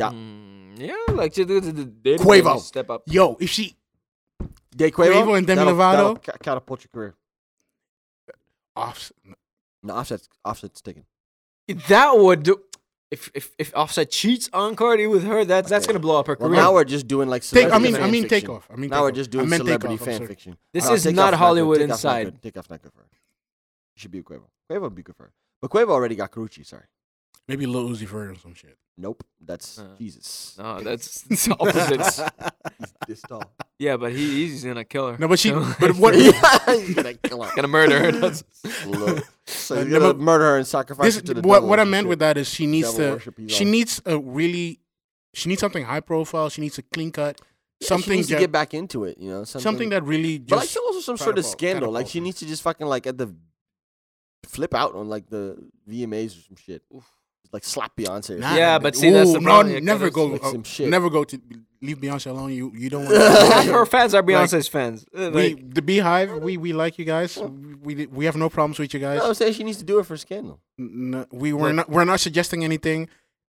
Yeah. Mm, yeah, like she, the, the, the dating Quavo. game is step up. Yo, if she Date Quavo, Quavo and Demi that'll- Lovato? that'll ca- catapult your career. off, No, offset's offset's taken. That would do. if if, if Offset cheats on Cardi with her, that's that's gonna blow up her Well, career. now we're just doing like Take- celebrity I mean- fan I mean fiction. Takeoff. I mean now we're Takeoff. just I doing meant celebrity Takeoff, I'm fan sorry. fiction. Uh, This No, is Takeoff's not good. Hollywood Takeoff's not Inside. good. Takeoff's not good for her. She should be with Quavo. Quavo would be good for her. But Quavo already got Carucci. Sorry. Maybe Lil Uzi Vert or some shit. Nope. That's Uh, Jesus. (laughs) no, (laughs) that's it's opposites. He's this tall. (laughs) yeah, but he, he's gonna kill her. No, (laughs) but she. So, but what? (laughs) yeah, he's gonna kill her. gonna murder her. (laughs) That's- Look. So Uh, you're gonna but- murder her and sacrifice this, her to the what devil what I and meant shit. with that is she needs Devil to. worship, he's She all- needs a really. She needs something high profile. She needs a clean cut. Yeah, she something needs to that- get back into it. You know something. Something that really just. but like she also some sort of catapult- scandal. Like she catapult. needs to just fucking like at the flip out on like the VMAs or some shit. Like slap Beyonce. Or Nah, Yeah, man. but see, that's the Ooh, problem. No, Yeah, never Kendrick's go. like some uh, shit. Never go to leave Beyonce alone. You you (laughs) don't Half want. her fans are Like, Beyonce's fans. Uh, we like- the Beehive. We we like you guys. We we have no problems with you something. guys. No, I'm saying she needs to do it for scandal. N- we were not we're not suggesting anything.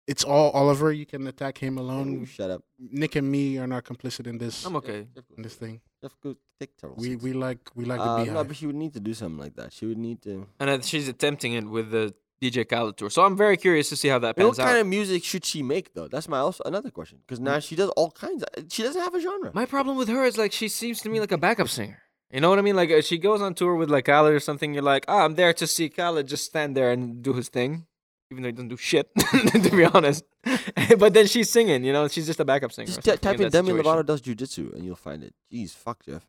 It's all Oliver. You can attack him Ooh, alone. shut up. Nick and me are not complicit in this I'm okay. in this thing. That's good. Take terrible We sense. we like we like the Uh, no, Beehive. but she would need to do something like that. She would need to. And uh, she's attempting it with the DJ Khaled tour. So I'm very curious to see how that I mean, pans what kind out. of music should she make though? That's my also another question. Because Hmm? now she does all kinds. Of, she doesn't have a genre. My problem with her is like she seems to me like a backup singer. You know what I mean? Like uh, she goes on tour with like Khaled or something. You're like, ah, I'm there to see Khaled just stand there and do his thing, even though he doesn't do shit. (laughs) to be honest, (laughs) but then she's singing. You know, she's just a backup singer. or Just t- something type in that Demi situation. Lovato does jujitsu and you'll find it. Jeez, fuck Jeff.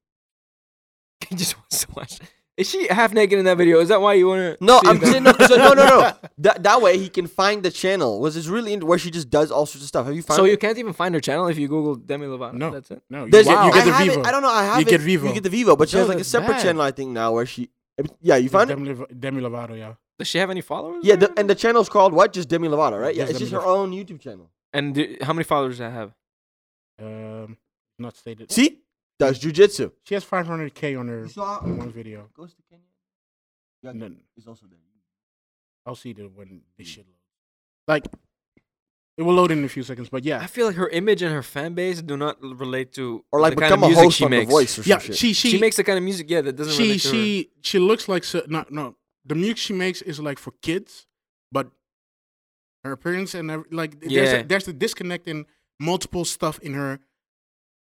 He (laughs) just wants to watch. Is she half naked in that video? Is that why you want to? No, I'm saying (laughs) no, so no, no, no. (laughs) That, that way he can find the channel. Was it's really into where she just does all sorts of stuff? Have you found? So it? you can't even find her channel if you Google Demi Lovato. No. that's it. no, you, There's get, it. you get I the have it. Vivo. I don't know. I have You it. get Vivo. You get the Vivo, but she No, has like a that's separate bad. channel, I think, now where she. Yeah, you found it. Demi, Lov- Demi Lovato. Yeah, Does she have any followers? Yeah, there? the, and the channel's called what? Just Demi Lovato, right? Yeah, Just it's just Demi her own YouTube channel. and do, how many followers does that have? um, not stated. See, does jujitsu. She has 500k on her saw- on one video. Goes to Kenya. And then is also there. I'll see the when Hmm. this shit loads. Like it will load in a few seconds, but yeah, I feel like her image and her fan base do not l- relate to Or like the kind become of a music host she on makes. The Voice or some yeah. shit. She She, she makes the kind of music, yeah, that doesn't she relate to her. she she looks like so, no no the music she makes is like for kids, but her appearance and every, like Yeah. there's a, there's a disconnect in multiple stuff in her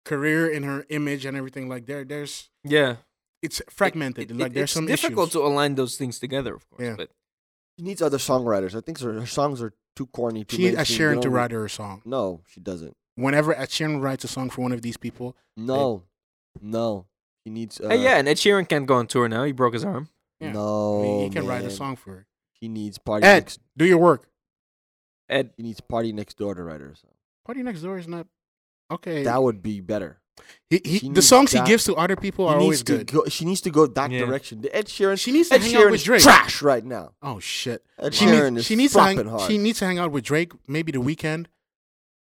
career, in her image, and everything like there there's Yeah, it's fragmented. It- it- like there's it's some difficult issues. to align those things together, of course. Yeah. But She needs other songwriters. I think her, her songs are too corny. Too she uh, needs Ed mainstream. They Sheeran to don't- write her a song. No, she doesn't. Whenever Ed Sheeran writes a song for one of these people, No, no. She needs. Uh, hey, yeah, and Ed Sheeran can't go on tour now. He broke his arm. yeah, I No. mean, he can write a Oh, man. song for her. He needs party. Ed, Next, do your work. Ed, he needs party next door to write her. a song. Party next door is not okay. That would be better. he, she he, the needs songs that- he gives to other people He are needs always to good. go. She needs to go that Yeah. direction. The Ed Sheeran. She needs to Ed hang Sheeran out with is Drake. Trash right now. Oh shit. Ed She, Sheeran needs, is she needs to flopping hang, hard. she needs to hang out with Drake, maybe the weekend.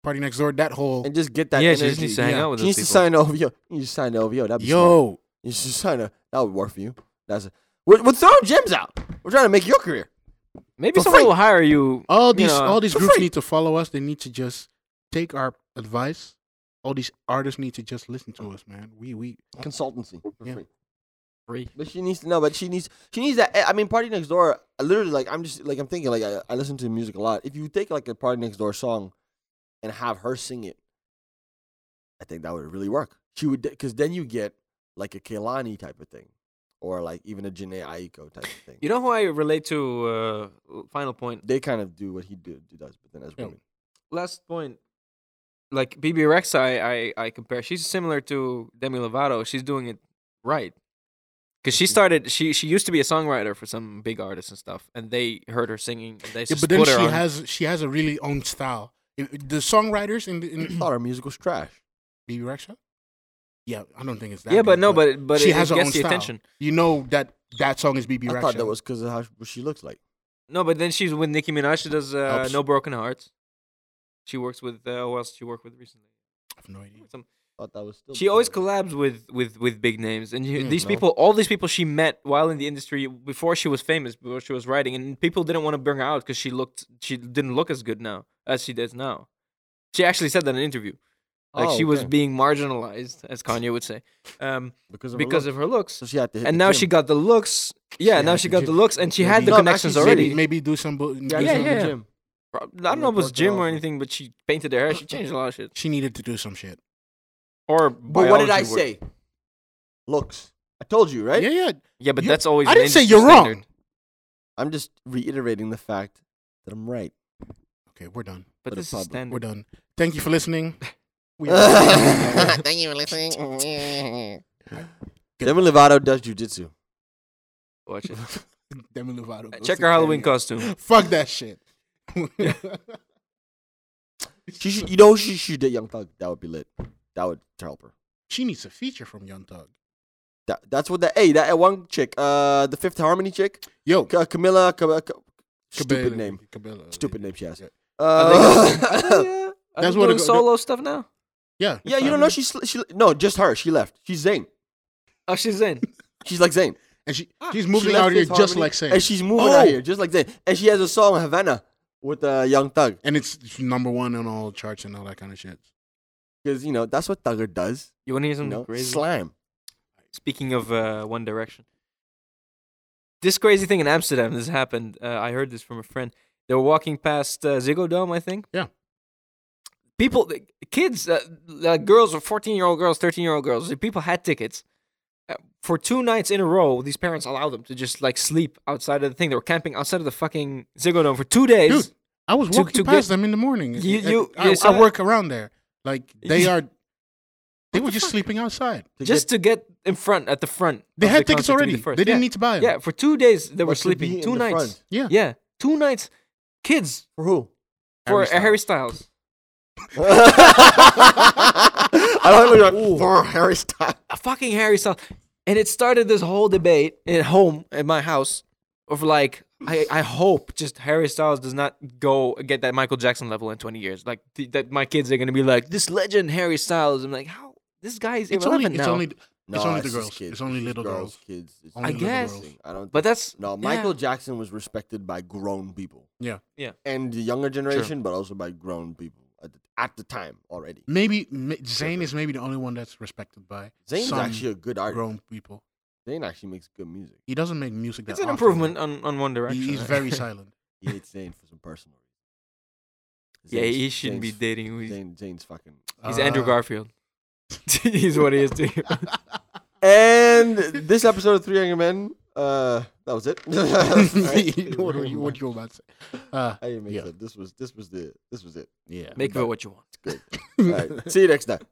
Party next door, that whole and just get that. yeah, energy. she just needs to hang yeah. out with She those needs to people. sign an OVO. You need to sign an OVO. That'd be smart. yo. You should sign a. That would work for you. That's a, we're, we're throwing gems out. We're trying to make your career. Maybe for someone free. will hire you. All you these know, all these for groups free. need to follow us. They need to just take our advice. All these artists need to just listen to us, man. We we Consultancy for Yeah. free. Free. But she needs to know. But she needs. She needs that. I mean, party next door. I literally, like, I'm just like I'm thinking. Like, I, I listen to music a lot. If you take like a party next door song, and have her sing it, I think that would really work. She would, because then you get like a Kehlani type of thing, or like even a Janae Aiko type of thing. You know who I relate to? Uh, final point. they kind of do what he do, does, but then as Yeah. (clears throat) women. last point. Like BB Rex, I, I I compare. She's similar to Demi Lovato. She's doing it right because Mm-hmm. she started. She she used to be a songwriter for some big artists and stuff, and they heard her singing. And they Yeah, just but then put she her on. has she has a really own style. If- The songwriters in the in (clears throat) thought our music was trash. BB Rexha? Yeah, I don't think it's that. yeah, but good, no, but but she it, has it her gets own the style. attention. You know that that song is BB Rexha. I thought that was because of how sh- what she looks like. No, but then she's with Nicki Minaj. She does uh, Helps. No Broken Hearts. She works with uh, who else? She worked with recently. I have no idea. Some Thought that was still. she always because of- collabs with with with big names and you, Mm, these no. people all these people she met while in the industry before she was famous before she was writing and people didn't want to bring her out because she looked she didn't look as good now as she does now she actually said that in an interview like Oh, she was okay. being marginalized as kanye would say um, because of her because looks. of her looks So she had to. Hit and the now gym. she got the looks yeah She now had she to got do- the looks and she had maybe- the No, but connections actually, already Maybe, maybe do some. bu- Yeah, do yeah, some yeah. Gym. Pro- I don't know if it was gym or anything, but she painted her hair. She changed a lot of shit. She needed to do some shit. Or But what did I biology work. say? Looks. I told you, right? Yeah, yeah. Yeah, but You- that's always. I an didn't say industry you're wrong. standard. I'm just reiterating the fact that I'm (laughs) right. Okay, we're done. But But this it's is public. We're standard. We're done. Thank you for listening. (laughs) We Demi Thank you for listening. (laughs) Lovato does jujitsu. Watch it. Demi Lovato. goes Check to her Halloween Kenya. (laughs) costume. Fuck that shit. (laughs) She should, you know, she should did Young Thug. That would be lit. That would help her. she needs a feature from Young Thug. That, that's what that. Hey, that one chick, uh, the Fifth Harmony chick, Yo, Ca- Camilla. Ca- Ca- Cabela- stupid name. Cabela. Stupid name. She has. Yeah. (laughs) Uh, That's yeah. That's what what doing it go- solo stuff now. Yeah. yeah, you don't know. She, sl- she no, just her. She left. She's Zayn. Oh, she's in. She's like Zayn. And she Ah, she's She moving left out here Fifth just Harmony, like Sam. And And, she's moving Oh! out here just like Zayn. And she has a song Havana with uh, Young Thug it's it's number one on all charts and all that kind of shit. because you know that's what Thugger does. You want to hear You something know, (laughs) crazy? (laughs) slime. Speaking of uh, One Direction, this crazy thing in Amsterdam. This happened. Uh, I heard this from a friend. They were walking past uh, Ziggo Dome, I think. Yeah. People, the- kids, uh, like girls, or fourteen-year-old girls, thirteen-year-old girls. the People had tickets uh, for two nights in a row. These parents allowed them to just like sleep outside of the thing. They were camping outside of the fucking Ziggo Dome for two days. Dude, I was to- walking to past get- them in the morning. You- I- you- I, you uh, I saw that? work around there. Like they Yeah. (laughs) are. They were just sleeping outside. just to get in front at the front. They of had the tickets concert to be already. the first. they didn't Yeah. need to buy them. Yeah, for two days they were But to be sleeping. in Two the nights. front. Yeah. Yeah, two nights. Kids For who? for Harry uh, Harry Styles. I don't know. For Harry Styles. A fucking Harry Styles. And it started this whole debate at home at my house of like I, I hope just Harry Styles does not go get that Michael Jackson level in 20 years. Like th- that my kids are going to be like this legend Harry Styles. I'm like how this guy is It's only, irrelevant it's now. only It's only the just girls. It's only just little girls. Kids. It's Only I little guess. girls. I don't. but think- that's no. Michael Jackson was respected by grown people. Yeah. Yeah. And the younger generation, but also by grown people at the, at the time already. maybe ma- Zayn is maybe the only one that's respected by Zayn's some actually a good artist. grown people. Zayn actually makes good music. He doesn't make music. That It's an often. improvement uh, on, on One Direction. He- he's right? (laughs) very silent. He hates Zayn for some personal reasons. yeah, Zayn's- he shouldn't be Zayn's- dating. who He's, Zayn, Zayn's fucking. he's Andrew Uh, (laughs) Garfield. (laughs) he's what he is (laughs) to you. And this episode of Three Younger Men, uh, that was it. (laughs) what, were you, what you were about to say? Uh, I didn't make Yeah. that. This was this was the this was it. yeah. Make of it what you want. All right. See you next time.